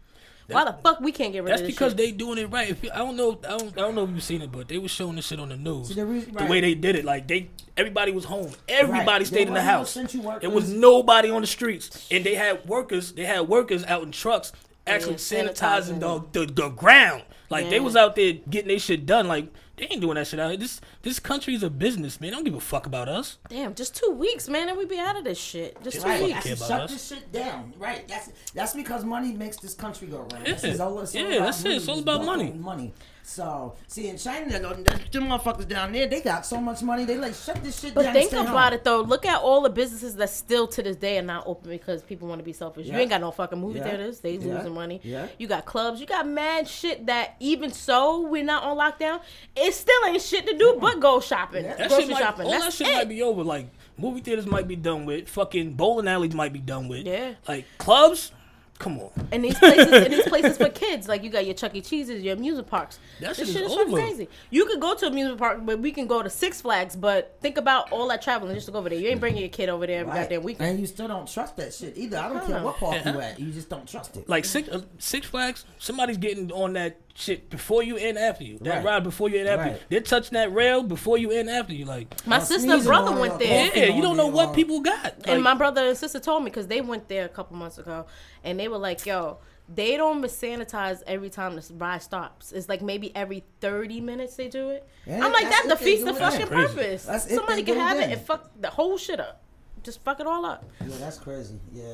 Speaker 1: Why the fuck we can't get rid
Speaker 3: That's
Speaker 1: of this?
Speaker 3: because
Speaker 1: shit?
Speaker 3: they doing it right. If you, I don't know, I don't, I don't know if you've seen it, but they was showing this shit on the news.
Speaker 4: See,
Speaker 3: the
Speaker 4: the reason- right.
Speaker 3: way they did it, like they everybody was home. Everybody
Speaker 4: Right.
Speaker 3: stayed in the
Speaker 4: There wasn't no
Speaker 3: house.
Speaker 4: essential
Speaker 3: There was
Speaker 4: workers.
Speaker 3: nobody on the streets, and they had workers. They had workers out in trucks actually
Speaker 1: Yeah,
Speaker 3: sanitizing
Speaker 1: sanitizing.
Speaker 3: the, the the ground. Like they
Speaker 1: Yeah.
Speaker 3: was out there getting their shit done. Like they ain't doing that shit out. here. This this country is a business, man. They don't give a fuck about us.
Speaker 1: Damn, just two weeks, man, and we be out of this shit. Just two
Speaker 4: Right,
Speaker 1: weeks.
Speaker 4: that's
Speaker 3: care
Speaker 4: to
Speaker 3: about
Speaker 4: shut
Speaker 3: us.
Speaker 4: this shit down. Right, that's that's because money makes this country go round.
Speaker 3: Yeah.
Speaker 4: This is all- it's all
Speaker 3: Yeah,
Speaker 4: about
Speaker 3: that's it.
Speaker 4: money,
Speaker 3: It's all about money.
Speaker 4: fucking Money. So, see, in China, them them motherfuckers down there, they got so much money, they like shut this shit
Speaker 1: But
Speaker 4: down.
Speaker 1: think about it though. Look at all the businesses that still to this day are not open because people want to be selfish.
Speaker 4: Yeah.
Speaker 1: You ain't got no fucking movie
Speaker 4: Yeah.
Speaker 1: theaters. They
Speaker 4: Yeah.
Speaker 1: losing money.
Speaker 4: Yeah.
Speaker 1: You got clubs. You got mad shit that even so we're not on lockdown. It still ain't shit to do but go shopping,
Speaker 4: That
Speaker 3: That
Speaker 1: grocery
Speaker 3: shit might,
Speaker 1: shopping.
Speaker 3: All
Speaker 1: That's
Speaker 3: that shit
Speaker 1: it.
Speaker 3: might be over. Like movie theaters might be done with. Fucking bowling alleys might be done with.
Speaker 1: Yeah.
Speaker 3: Like clubs. Come on.
Speaker 1: And these places, and these places for kids, like you got your Chuck E. Cheese's, your amusement parks. this
Speaker 3: That shit
Speaker 1: shit
Speaker 3: is
Speaker 1: is fucking
Speaker 3: over.
Speaker 1: crazy. You could go to amusement park, but we can go to Six Flags. But think about all that traveling just to go over there. You ain't bringing your kid over there every goddamn
Speaker 4: Right.
Speaker 1: weekend.
Speaker 4: And you still don't trust that shit either. I don't care
Speaker 1: know.
Speaker 4: what park you at, you just don't trust it.
Speaker 3: Like six uh, Six Flags. Somebody's getting on that shit before you and after you. That
Speaker 4: Right.
Speaker 3: ride before you and after you.
Speaker 4: Right.
Speaker 3: They're touching that rail before you and after you. Like
Speaker 1: My
Speaker 4: Or
Speaker 1: sister and
Speaker 4: sneezing
Speaker 1: brother
Speaker 4: on
Speaker 1: went
Speaker 4: it or
Speaker 1: there.
Speaker 4: coughing
Speaker 3: yeah, you
Speaker 4: on
Speaker 3: don't know
Speaker 4: it
Speaker 3: what
Speaker 4: or-
Speaker 3: people got.
Speaker 1: And my
Speaker 3: Like,
Speaker 1: brother and sister told me because they went there a couple months ago, and they were like, "Yo, they don't sanitize every time the ride stops. It's like maybe every thirty minutes they do it."
Speaker 4: Yeah,
Speaker 1: I'm like,
Speaker 4: that's
Speaker 1: that
Speaker 4: if they
Speaker 1: defeats
Speaker 4: do
Speaker 1: the
Speaker 4: it
Speaker 1: fucking
Speaker 4: then.
Speaker 3: Crazy.
Speaker 1: purpose.
Speaker 4: That's if
Speaker 1: Somebody
Speaker 4: they
Speaker 1: can
Speaker 4: do it
Speaker 1: have it
Speaker 4: then.
Speaker 1: and fuck the whole shit up. Just fuck it all up.
Speaker 4: Yeah, that's crazy. Yeah.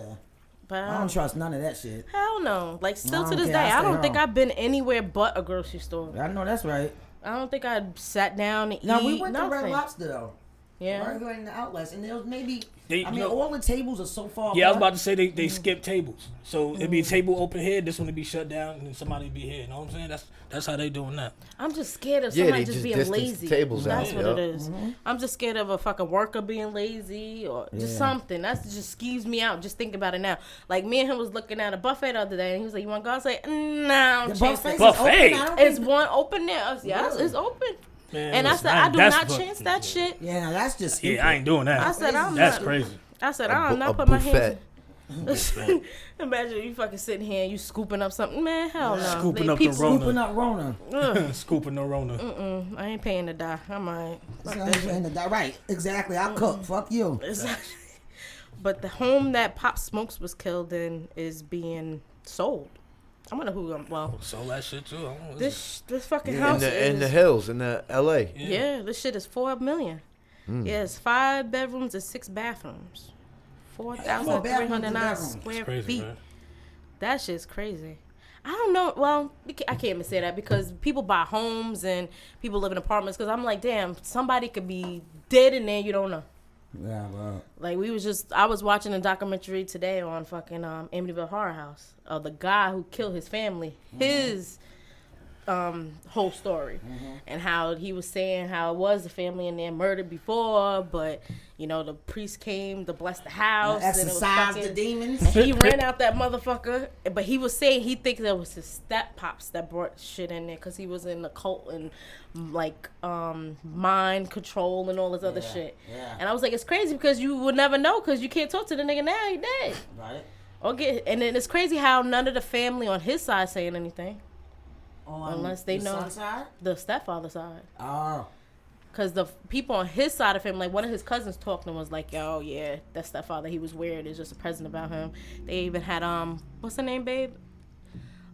Speaker 1: But I
Speaker 4: I don't
Speaker 1: don't-
Speaker 4: trust none of that shit.
Speaker 1: hell no. Like still to
Speaker 4: I don't
Speaker 1: this
Speaker 4: care.
Speaker 1: day,
Speaker 4: I
Speaker 1: I,
Speaker 4: stay
Speaker 1: don't think
Speaker 4: home.
Speaker 1: I've been anywhere but a grocery store.
Speaker 4: I know that's right.
Speaker 1: I don't think I sat down and
Speaker 4: Now
Speaker 1: eat.
Speaker 4: we went
Speaker 1: nothing.
Speaker 4: to Red Lobster though.
Speaker 1: Yeah.
Speaker 4: regulating the outlets, and there's maybe.
Speaker 3: They-
Speaker 4: I
Speaker 3: you
Speaker 4: mean,
Speaker 3: know-
Speaker 4: all the tables are so far.
Speaker 3: Yeah, I was about
Speaker 4: apart.
Speaker 3: to say they, they skip tables. So it'd be a table open here, this one would be shut down, and then somebody would be here. You know what I'm saying? That's that's how they doing that.
Speaker 1: I'm just scared of
Speaker 2: Yeah,
Speaker 1: somebody
Speaker 2: they
Speaker 1: just,
Speaker 2: just
Speaker 1: being
Speaker 2: distance
Speaker 1: lazy.
Speaker 2: the tables
Speaker 1: That's
Speaker 2: out,
Speaker 1: what
Speaker 2: yup.
Speaker 1: it is.
Speaker 4: Mm-hmm.
Speaker 1: I'm just scared of a fucking worker being lazy or just something. That's just skeeves me out. Just think about it now. Like me and him was looking at a buffet the other day, and he was like, "You want to go?" I was like, "Nah, I'm
Speaker 4: The
Speaker 1: chasing."
Speaker 4: buffets is
Speaker 3: Buffet.
Speaker 4: open, I don't
Speaker 1: It's
Speaker 4: think-
Speaker 1: one open there. I was- Yeah, it's- it's open.
Speaker 3: Man,
Speaker 1: And I
Speaker 3: listen,
Speaker 1: said, I
Speaker 3: ain't-
Speaker 1: do
Speaker 3: that's
Speaker 1: not
Speaker 3: what-
Speaker 1: chance that shit.
Speaker 4: Yeah, now that's just. Stupid.
Speaker 3: Yeah, I ain't doing that.
Speaker 1: I said, I'm
Speaker 3: that's
Speaker 1: not.
Speaker 3: crazy.
Speaker 1: I said,
Speaker 2: A
Speaker 1: I'm
Speaker 2: bu- a
Speaker 1: not put my
Speaker 2: buffet.
Speaker 1: hands. Imagine you fucking sitting here and you scooping up something, man. Hell no.
Speaker 3: Scooping
Speaker 1: They
Speaker 3: up the
Speaker 1: peeps-
Speaker 3: Rona.
Speaker 4: Open up Rona.
Speaker 1: Ugh,
Speaker 3: Scooping no Rona.
Speaker 1: mm, I ain't paying to die. I'm alright. Fuck
Speaker 4: It's
Speaker 1: that
Speaker 4: not even in the- Right, exactly. I cook. Fuck you.
Speaker 1: It's- but the home that Pop Smokes was killed in is being sold. I wonder who. Um, well,
Speaker 3: Sold that shit too. I don't know.
Speaker 1: this this fucking
Speaker 2: in
Speaker 1: house
Speaker 2: the
Speaker 1: is.
Speaker 2: in the hills in the L.A.
Speaker 1: yeah, this shit is four million.
Speaker 3: Hmm.
Speaker 1: Yeah, it's five bedrooms and six bathrooms. Four thousand three hundred nine
Speaker 4: bedrooms.
Speaker 1: square
Speaker 3: crazy,
Speaker 1: feet.
Speaker 3: man.
Speaker 1: That shit's crazy. I don't know. Well, we ca- I can't even say that because people buy homes and people live in apartments. Because I'm like, damn, somebody could be dead in there. You don't know.
Speaker 4: Yeah, well.
Speaker 1: Like we was just I was watching a documentary today on fucking um Amityville Horror House of the guy who killed his family. His um whole story and how he was saying how it was the family in there murdered before, but you know the priest came to bless the house and it was
Speaker 4: Exercise the
Speaker 1: fucking-
Speaker 4: demons.
Speaker 1: and he ran out that motherfucker, but he was saying he thinks that was his step pops that brought shit in there because he was in the cult and like um mind control and all this other
Speaker 4: Yeah,
Speaker 1: shit.
Speaker 4: yeah.
Speaker 1: And I was like, it's crazy because you would never know because you can't talk to the nigga now. He dead.
Speaker 4: Right.
Speaker 1: Or get and then it's crazy how none of the family on his side saying anything,
Speaker 4: On
Speaker 1: Unless they
Speaker 4: Oh, the
Speaker 1: know.
Speaker 4: sun side?
Speaker 1: the stepfather side.
Speaker 4: Oh.
Speaker 1: Cause the f- people on his side of him, like one of his cousins, talked to him was like, "Yo, yeah, that stepfather, he was weird. There's just a present about him." They even had um, what's her name, babe?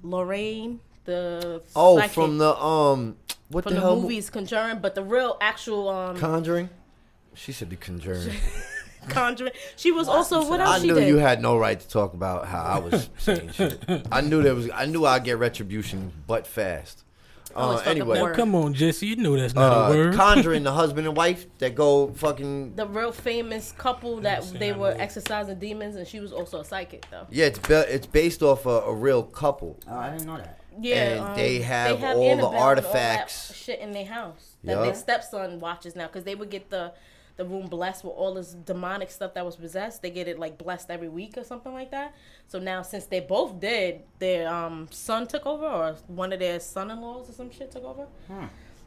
Speaker 1: Lorraine, the
Speaker 2: Oh,
Speaker 1: psychic
Speaker 2: from the um, what
Speaker 1: from
Speaker 2: the,
Speaker 1: the,
Speaker 2: hell? mo-
Speaker 1: movies Conjuring, but the real actual um
Speaker 2: Conjuring. She said the Conjuring.
Speaker 1: Conjuring. She was also what else
Speaker 2: I
Speaker 1: she
Speaker 2: knew
Speaker 1: did?
Speaker 2: you had no right to talk about how I was saying shit. I knew there was. I knew I'd get retribution, but fast.
Speaker 1: always thought
Speaker 2: Uh,
Speaker 1: the
Speaker 2: anyway,
Speaker 1: word-
Speaker 3: Come on, Jesse. You know that's not a
Speaker 2: uh,
Speaker 3: word.
Speaker 2: conjuring the husband and wife that go fucking.
Speaker 1: the real famous couple that
Speaker 3: seen
Speaker 1: they
Speaker 3: that
Speaker 1: were
Speaker 3: movie.
Speaker 1: exercising demons, and she was also a psychic though.
Speaker 2: Yeah, it's be, it's based off a, a real couple.
Speaker 4: Oh, I didn't know that.
Speaker 1: Yeah, um,
Speaker 2: And they have all the
Speaker 1: Annabelle and all that
Speaker 2: artifacts.
Speaker 1: shit in their house that
Speaker 2: Yup.
Speaker 1: their stepson watches now because they would get the the room blessed with all this demonic stuff that was possessed. They get it like blessed every week or something like that. So now since they both did, their um son took over or one of their son-in-laws or some shit took over.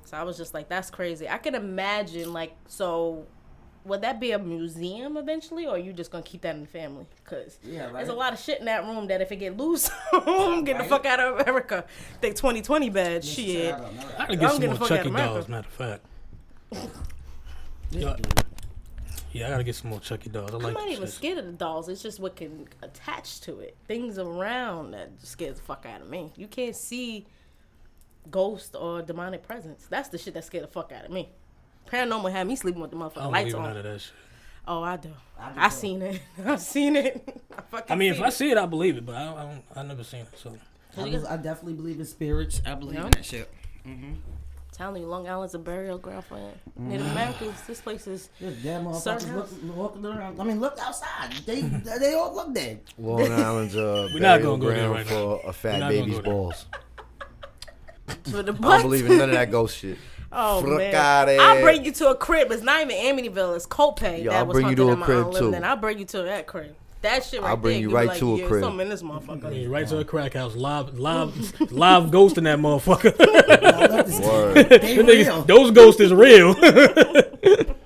Speaker 1: So I was just like, that's crazy. I can imagine like so. Would that be a museum eventually, or are you just gonna keep that in the family? Cause
Speaker 4: Yeah,
Speaker 1: there's a
Speaker 4: right.
Speaker 1: lot of shit in that room that if it get loose, I'm getting the fuck out of America. They 2020 bad shit.
Speaker 4: I don't
Speaker 3: I
Speaker 4: know that.
Speaker 3: gotta
Speaker 1: I'm
Speaker 3: get some
Speaker 1: getting
Speaker 3: more
Speaker 1: the fuck out
Speaker 3: Chucky
Speaker 1: of America.
Speaker 3: dolls. Matter of fact. yeah, yeah, I gotta get some more Chucky dolls. I
Speaker 1: I'm
Speaker 3: like
Speaker 1: not even
Speaker 3: this shit.
Speaker 1: scared of the dolls. It's just what can attach to it. Things around that scares the fuck out of me. You can't see ghosts or demonic presence. That's the shit that scared the fuck out of me. Paranormal had me sleeping with the
Speaker 3: I
Speaker 1: motherfucking
Speaker 3: don't
Speaker 1: lights
Speaker 3: believe in
Speaker 1: on.
Speaker 3: none of that shit.
Speaker 1: Oh, I do.
Speaker 4: I do
Speaker 1: I,
Speaker 4: too.
Speaker 1: seen it. I've seen it. I fucking.
Speaker 3: I mean, if
Speaker 1: seen
Speaker 3: I
Speaker 1: it.
Speaker 3: see it, I believe it, but I don't. I, don't, I never seen it. So
Speaker 4: I, was- I definitely believe in spirits. I believe
Speaker 1: Yeah.
Speaker 4: in that shit.
Speaker 1: telling you, Long Island's a burial ground for
Speaker 2: Mm.
Speaker 1: Native Americans. This place is.
Speaker 4: There's dead
Speaker 1: Certain
Speaker 4: motherfuckers
Speaker 1: house.
Speaker 4: look, walking around. I mean, look outside. They they all look dead.
Speaker 2: Long Island's a
Speaker 3: We're not
Speaker 2: burial
Speaker 3: gonna go there
Speaker 2: ground
Speaker 3: right now.
Speaker 2: for a
Speaker 3: We're
Speaker 2: fat
Speaker 3: not gonna
Speaker 2: baby's
Speaker 3: go there.
Speaker 2: balls.
Speaker 1: For the
Speaker 2: I don't believe in none of that ghost shit.
Speaker 1: Oh man!
Speaker 2: Fricare.
Speaker 1: I'll bring you to a crib. It's not even Amityville. It's Copae.
Speaker 2: Yo,
Speaker 1: that
Speaker 2: I'll
Speaker 1: was
Speaker 2: bring
Speaker 1: hunted
Speaker 2: you to a
Speaker 1: in my
Speaker 2: crib,
Speaker 1: own living.
Speaker 2: too.
Speaker 1: And I'll bring you to that crib. That shit right
Speaker 2: I'll bring
Speaker 1: there,
Speaker 2: you
Speaker 1: be
Speaker 2: right
Speaker 1: like,
Speaker 2: to a
Speaker 1: yeah,
Speaker 2: crib.
Speaker 1: Something in this
Speaker 3: I
Speaker 1: motherfucker.
Speaker 3: mean, right to a crack house, live, live, live ghost in that motherfucker.
Speaker 4: I love this-
Speaker 2: Word.
Speaker 4: They
Speaker 3: Them niggas-
Speaker 4: real.
Speaker 3: those ghosts is real.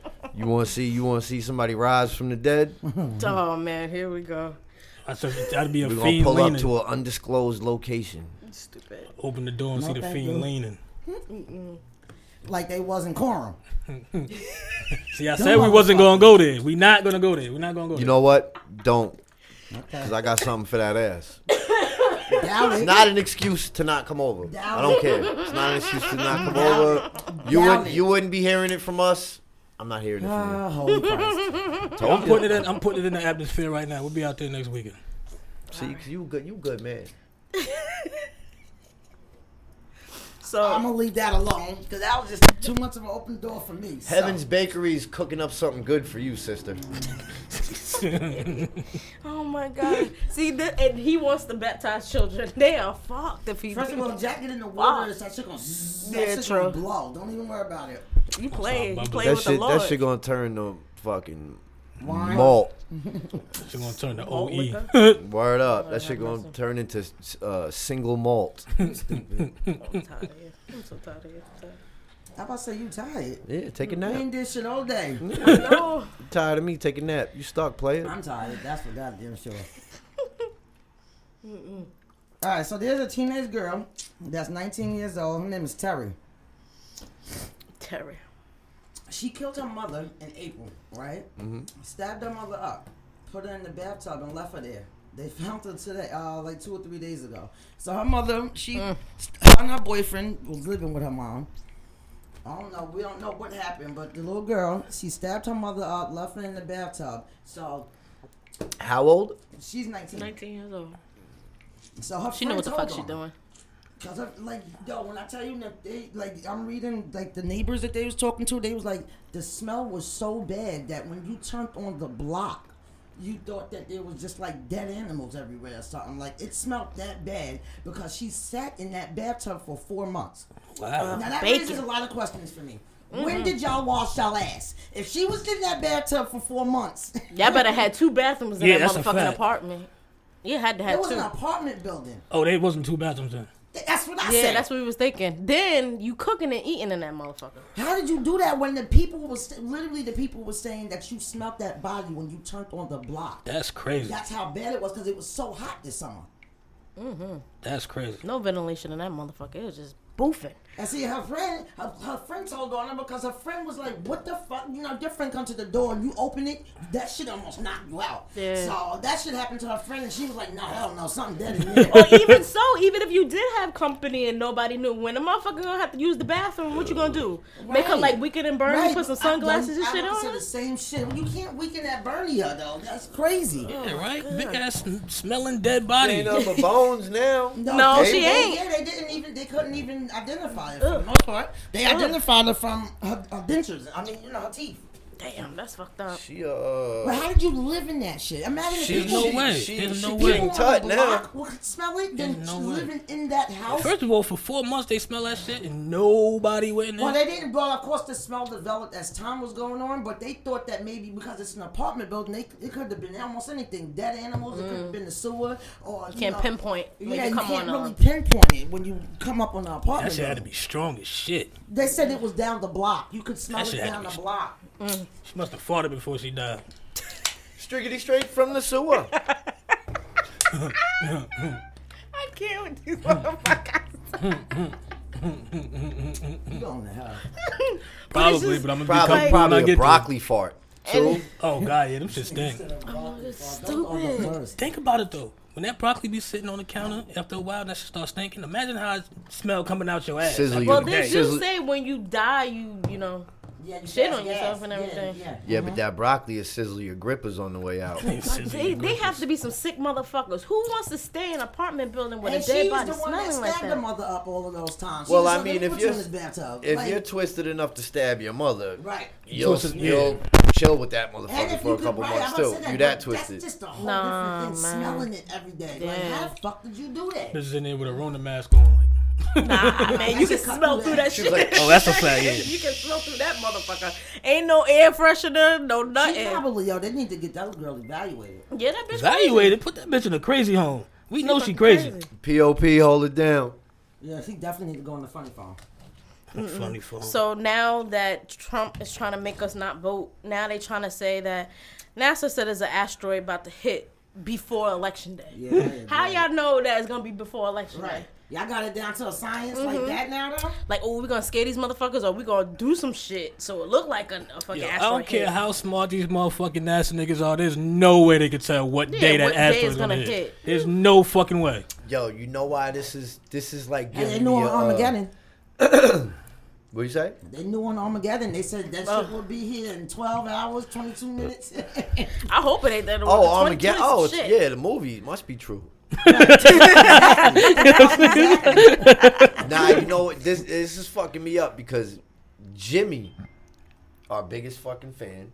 Speaker 2: You want to see? You want to see somebody rise from the dead?
Speaker 1: Oh man, here we go.
Speaker 3: I said that'd be a
Speaker 2: We're gonna
Speaker 3: fiend
Speaker 2: pull
Speaker 3: leaning.
Speaker 2: up to an undisclosed location.
Speaker 1: Stupid.
Speaker 3: Open the door and see
Speaker 4: No,
Speaker 3: the
Speaker 4: thank
Speaker 3: fiend
Speaker 4: you.
Speaker 3: leaning.
Speaker 4: Like they was in quorum.
Speaker 3: See, I said we wasn't gonna go there. We not gonna go there. We not gonna go there.
Speaker 2: You know what? Don't,
Speaker 4: Okay.
Speaker 2: cause I got something for that ass.
Speaker 4: Doubt
Speaker 2: It's
Speaker 4: it.
Speaker 2: not an excuse to not come over. I don't care. It's not an excuse to not come over. You
Speaker 4: Doubt
Speaker 2: would
Speaker 4: it.
Speaker 2: you wouldn't be hearing it from us. I'm not hearing it from
Speaker 4: Ah, holy Christ.
Speaker 2: you.
Speaker 3: I'm putting it in. I'm putting it in the atmosphere right now. We'll be out there next weekend.
Speaker 2: See, 'cause you good. You good man.
Speaker 1: So
Speaker 4: I'm gonna leave that alone because that was just too much of an open door for me. so.
Speaker 2: Heaven's Bakery's cooking up something good for you, sister.
Speaker 1: Oh my God! See, th- and he wants to baptize children. They are fucked if he.
Speaker 4: First of all, jack it in the water. It's that shit gonna, zzz, that
Speaker 1: Yeah,
Speaker 4: shit gonna
Speaker 1: true.
Speaker 4: blow. Don't even worry about it.
Speaker 1: you play, you
Speaker 3: That
Speaker 1: play
Speaker 2: That
Speaker 1: with the
Speaker 2: shit,
Speaker 1: Lord.
Speaker 2: that shit gonna turn to fucking
Speaker 4: Wine.
Speaker 2: malt.
Speaker 3: She's gonna turn to E.
Speaker 1: Malt
Speaker 3: OE.
Speaker 1: liquor?
Speaker 2: Word up. That shit gonna turn into uh, single malt.
Speaker 1: I'm tired of you. I'm so tired of you.
Speaker 4: How about say you tired?
Speaker 2: Yeah, take a
Speaker 4: We
Speaker 2: nap.
Speaker 4: ain't did shit all day.
Speaker 3: Mm-hmm.
Speaker 1: I'm tired. No,
Speaker 2: Tired of me taking nap. You stuck, player.
Speaker 4: I'm tired. That's for goddamn sure. All right, so there's a teenage girl that's 19 years old. Her name is Terry.
Speaker 1: Terry.
Speaker 4: She killed her mother in April, right? Mm-hmm. Stabbed her mother up, put her in the bathtub, and left her there. They found her today, uh, like two or three days ago. So her mother, she,
Speaker 1: Mm.
Speaker 4: her and her boyfriend was living with her mom. I don't know. We don't know what happened, but the little girl, she stabbed her mother up, left her in the bathtub. So
Speaker 2: How old?
Speaker 4: she's 19.
Speaker 1: 19 years old.
Speaker 4: So her
Speaker 1: She know
Speaker 4: friend
Speaker 1: what the
Speaker 4: told
Speaker 1: fuck she
Speaker 4: on her.
Speaker 1: doing.
Speaker 4: Cause I'm, like yo, when I tell you that they like, I'm reading like the neighbors that they was talking to. They was like, the smell was so bad that when you turned on the block, you thought that there was just like dead animals everywhere or something. Like it smelled that bad because she sat in that bathtub for four months.
Speaker 3: Wow.
Speaker 4: Now that
Speaker 1: Bacon.
Speaker 4: raises a lot of questions for me. When did y'all wash y'all ass? If she was in that bathtub for four months, it
Speaker 1: Y'all better had two bathrooms in
Speaker 3: Yeah,
Speaker 1: that
Speaker 3: that's a
Speaker 1: motherfucking
Speaker 3: fact.
Speaker 1: apartment. You had to have
Speaker 4: was
Speaker 1: two.
Speaker 4: an apartment building.
Speaker 3: Oh, they wasn't two bathrooms then.
Speaker 4: That's what I
Speaker 1: Yeah,
Speaker 4: said.
Speaker 1: that's what we was thinking. Then you cooking and eating in that motherfucker.
Speaker 4: How did you do that when the people was literally the people were saying that you smelt that body when you turned on the block?
Speaker 3: That's crazy.
Speaker 4: That's how bad it was because it was so hot this summer.
Speaker 3: That's crazy.
Speaker 1: No ventilation in that motherfucker. It was just boofing.
Speaker 4: And see, her friend, her, her friend told on her because her friend was like, "What the fuck?" You know, your friend come to the door and you open it, that shit almost knocked you out.
Speaker 1: Yeah.
Speaker 4: So that shit happened to her friend, and she was like, "No, hell no, something dead in there."
Speaker 1: Well, even so, even if you did have company and nobody knew, when a motherfucker gonna have to use the bathroom, what you gonna do? Make her
Speaker 4: Right.
Speaker 1: like wicked and burn and put some
Speaker 4: I done-
Speaker 1: sunglasses and
Speaker 4: I
Speaker 1: shit
Speaker 4: done
Speaker 1: on?
Speaker 4: said the same shit. You can't weaken that Bernie though. That's crazy.
Speaker 3: Yeah, right? Big ass sm- smelling dead body.
Speaker 2: Ain't nothing but bones now.
Speaker 1: No,
Speaker 4: they-
Speaker 1: she
Speaker 4: they-
Speaker 1: ain't.
Speaker 4: Yeah, they didn't even. They couldn't even identify her. For the most part, they identified her from her, her dentures. I mean, you know, her teeth.
Speaker 1: Damn, that's fucked up.
Speaker 2: She uh.
Speaker 4: But how did you live in that shit? Imagine
Speaker 3: She-
Speaker 4: if people,
Speaker 3: no way.
Speaker 2: She,
Speaker 3: There's
Speaker 2: she,
Speaker 3: no
Speaker 2: she
Speaker 3: way.
Speaker 4: people
Speaker 2: getting
Speaker 4: on
Speaker 2: tight
Speaker 4: the
Speaker 2: now.
Speaker 4: block could smell it, then
Speaker 3: There's no way.
Speaker 4: living in that house.
Speaker 3: First of all, for four months they smell that shit and nobody went in there.
Speaker 4: well, they didn't. Well, of course, the smell developed as time was going on, but they thought that maybe because it's an apartment building, they, it could have been almost anything dead animals. It could have been the sewer, or you
Speaker 1: Mm. Can't
Speaker 4: know,
Speaker 1: pinpoint when
Speaker 4: Yeah,
Speaker 1: you
Speaker 4: you
Speaker 1: come
Speaker 4: can't
Speaker 1: on
Speaker 4: really
Speaker 1: a-
Speaker 4: pinpoint it when you come up on an apartment.
Speaker 3: that shit had to
Speaker 4: building.
Speaker 3: be strong as shit.
Speaker 4: They said it was down the block. You could smell
Speaker 3: That
Speaker 4: it
Speaker 3: shit had
Speaker 4: down
Speaker 3: to
Speaker 4: the
Speaker 3: be-
Speaker 4: block.
Speaker 3: She must have farted before she died.
Speaker 2: Strickety straight from the sewer.
Speaker 1: I can't with these motherfuckers.
Speaker 4: You don't know how.
Speaker 1: it's
Speaker 3: Probably,
Speaker 1: just-
Speaker 3: but I'm gonna
Speaker 2: Probably,
Speaker 3: be comfortable when I
Speaker 2: probably a
Speaker 3: get
Speaker 2: broccoli fart. True.
Speaker 1: And-
Speaker 3: there. Oh god, yeah, them shit stink.
Speaker 1: Stupid.
Speaker 3: Think about it though. When that broccoli be sitting on the counter, after a while that shit starts stinking. Imagine how it smell coming out your ass.
Speaker 2: Sizzle
Speaker 1: Well,
Speaker 2: your
Speaker 1: they
Speaker 2: day.
Speaker 1: do say when you die, you you know.
Speaker 4: Yeah, you
Speaker 1: Shit
Speaker 4: gas,
Speaker 1: on yourself
Speaker 4: gas.
Speaker 1: and
Speaker 4: Yeah,
Speaker 1: everything.
Speaker 4: Yeah,
Speaker 2: Yeah, but that broccoli is sizzle your grippers on the way out.
Speaker 1: Like they, they have to be some sick motherfuckers. Who wants to stay in an apartment building with
Speaker 4: And
Speaker 1: a
Speaker 4: she
Speaker 1: dead
Speaker 4: was
Speaker 1: body
Speaker 4: the one that
Speaker 1: smelling like
Speaker 4: stabbed her
Speaker 1: that?
Speaker 4: mother up all of those times. She
Speaker 2: Well,
Speaker 4: was
Speaker 2: I
Speaker 4: like,
Speaker 2: mean,
Speaker 4: "Let me
Speaker 2: if
Speaker 4: put
Speaker 2: you're-
Speaker 4: in this bathtub.
Speaker 2: If
Speaker 4: Like,
Speaker 2: you're twisted enough to stab your mother,
Speaker 4: right,
Speaker 2: you'll,
Speaker 3: Twisted, yeah.
Speaker 2: you'll chill with that
Speaker 4: and
Speaker 2: motherfucker
Speaker 4: if
Speaker 2: for
Speaker 4: you
Speaker 2: a
Speaker 4: could,
Speaker 2: couple
Speaker 4: right,
Speaker 2: months
Speaker 4: I'm
Speaker 2: too.
Speaker 4: saying
Speaker 2: You
Speaker 4: that,
Speaker 2: that
Speaker 4: but
Speaker 2: twisted.
Speaker 4: That's just a whole
Speaker 1: Nah,
Speaker 4: different thing.
Speaker 1: man.
Speaker 4: Smelling it every day. Like,
Speaker 1: Yeah.
Speaker 4: how the fuck did you do that?
Speaker 3: Bitches in there with a Rona mask on. Like,
Speaker 1: Nah, man, you can
Speaker 4: shit cut
Speaker 1: smell
Speaker 4: through
Speaker 1: through
Speaker 4: that.
Speaker 1: that
Speaker 2: She
Speaker 1: shit.
Speaker 2: was like,
Speaker 3: oh, that's a fact. Yeah.
Speaker 1: you can smell through that motherfucker. Ain't no air freshener, no
Speaker 4: She
Speaker 1: nothing.
Speaker 4: probably yo. They need to get that girl evaluated.
Speaker 1: Yeah, that bitch. crazy.
Speaker 3: Evaluated. Put that bitch in a crazy home. We know she crazy.
Speaker 2: POP, hold it down.
Speaker 4: Yeah, she definitely need to go on the funny phone.
Speaker 3: Funny phone.
Speaker 1: So now that Trump is trying to make us not vote, now they trying to say that NASA said there's an asteroid about to hit before election day.
Speaker 4: Yeah, yeah,
Speaker 1: How
Speaker 4: yeah.
Speaker 1: y'all know that it's gonna be before election
Speaker 4: Right.
Speaker 1: day?
Speaker 4: Y'all got it down to a science
Speaker 1: Mm-hmm.
Speaker 4: like that now, though.
Speaker 1: Like, oh, we gonna scare these motherfuckers, or we gonna do some shit so it look like a, a fucking
Speaker 3: Yo, I
Speaker 1: asteroid.
Speaker 3: don't care
Speaker 1: hit.
Speaker 3: how smart these motherfucking NASA niggas are. There's no way they can tell what
Speaker 1: Yeah,
Speaker 3: day that
Speaker 1: what day
Speaker 3: asteroid's
Speaker 1: it's
Speaker 3: gonna,
Speaker 1: gonna
Speaker 3: hit.
Speaker 1: hit.
Speaker 3: There's no fucking way.
Speaker 2: Yo, you know why this is this is like
Speaker 4: And
Speaker 2: giving
Speaker 4: they knew
Speaker 2: me
Speaker 4: on
Speaker 2: a, uh,
Speaker 4: Armageddon.
Speaker 2: What you say?
Speaker 4: They knew on Armageddon. They said that shit will be here in 12 hours, 22 minutes.
Speaker 1: I hope it ain't that.
Speaker 2: Oh, Armageddon. Oh,
Speaker 1: Oh,
Speaker 2: it's,
Speaker 1: shit.
Speaker 2: yeah, the movie must be true. Nah, you know what? This this is fucking me up because Jimmy, our biggest fucking fan,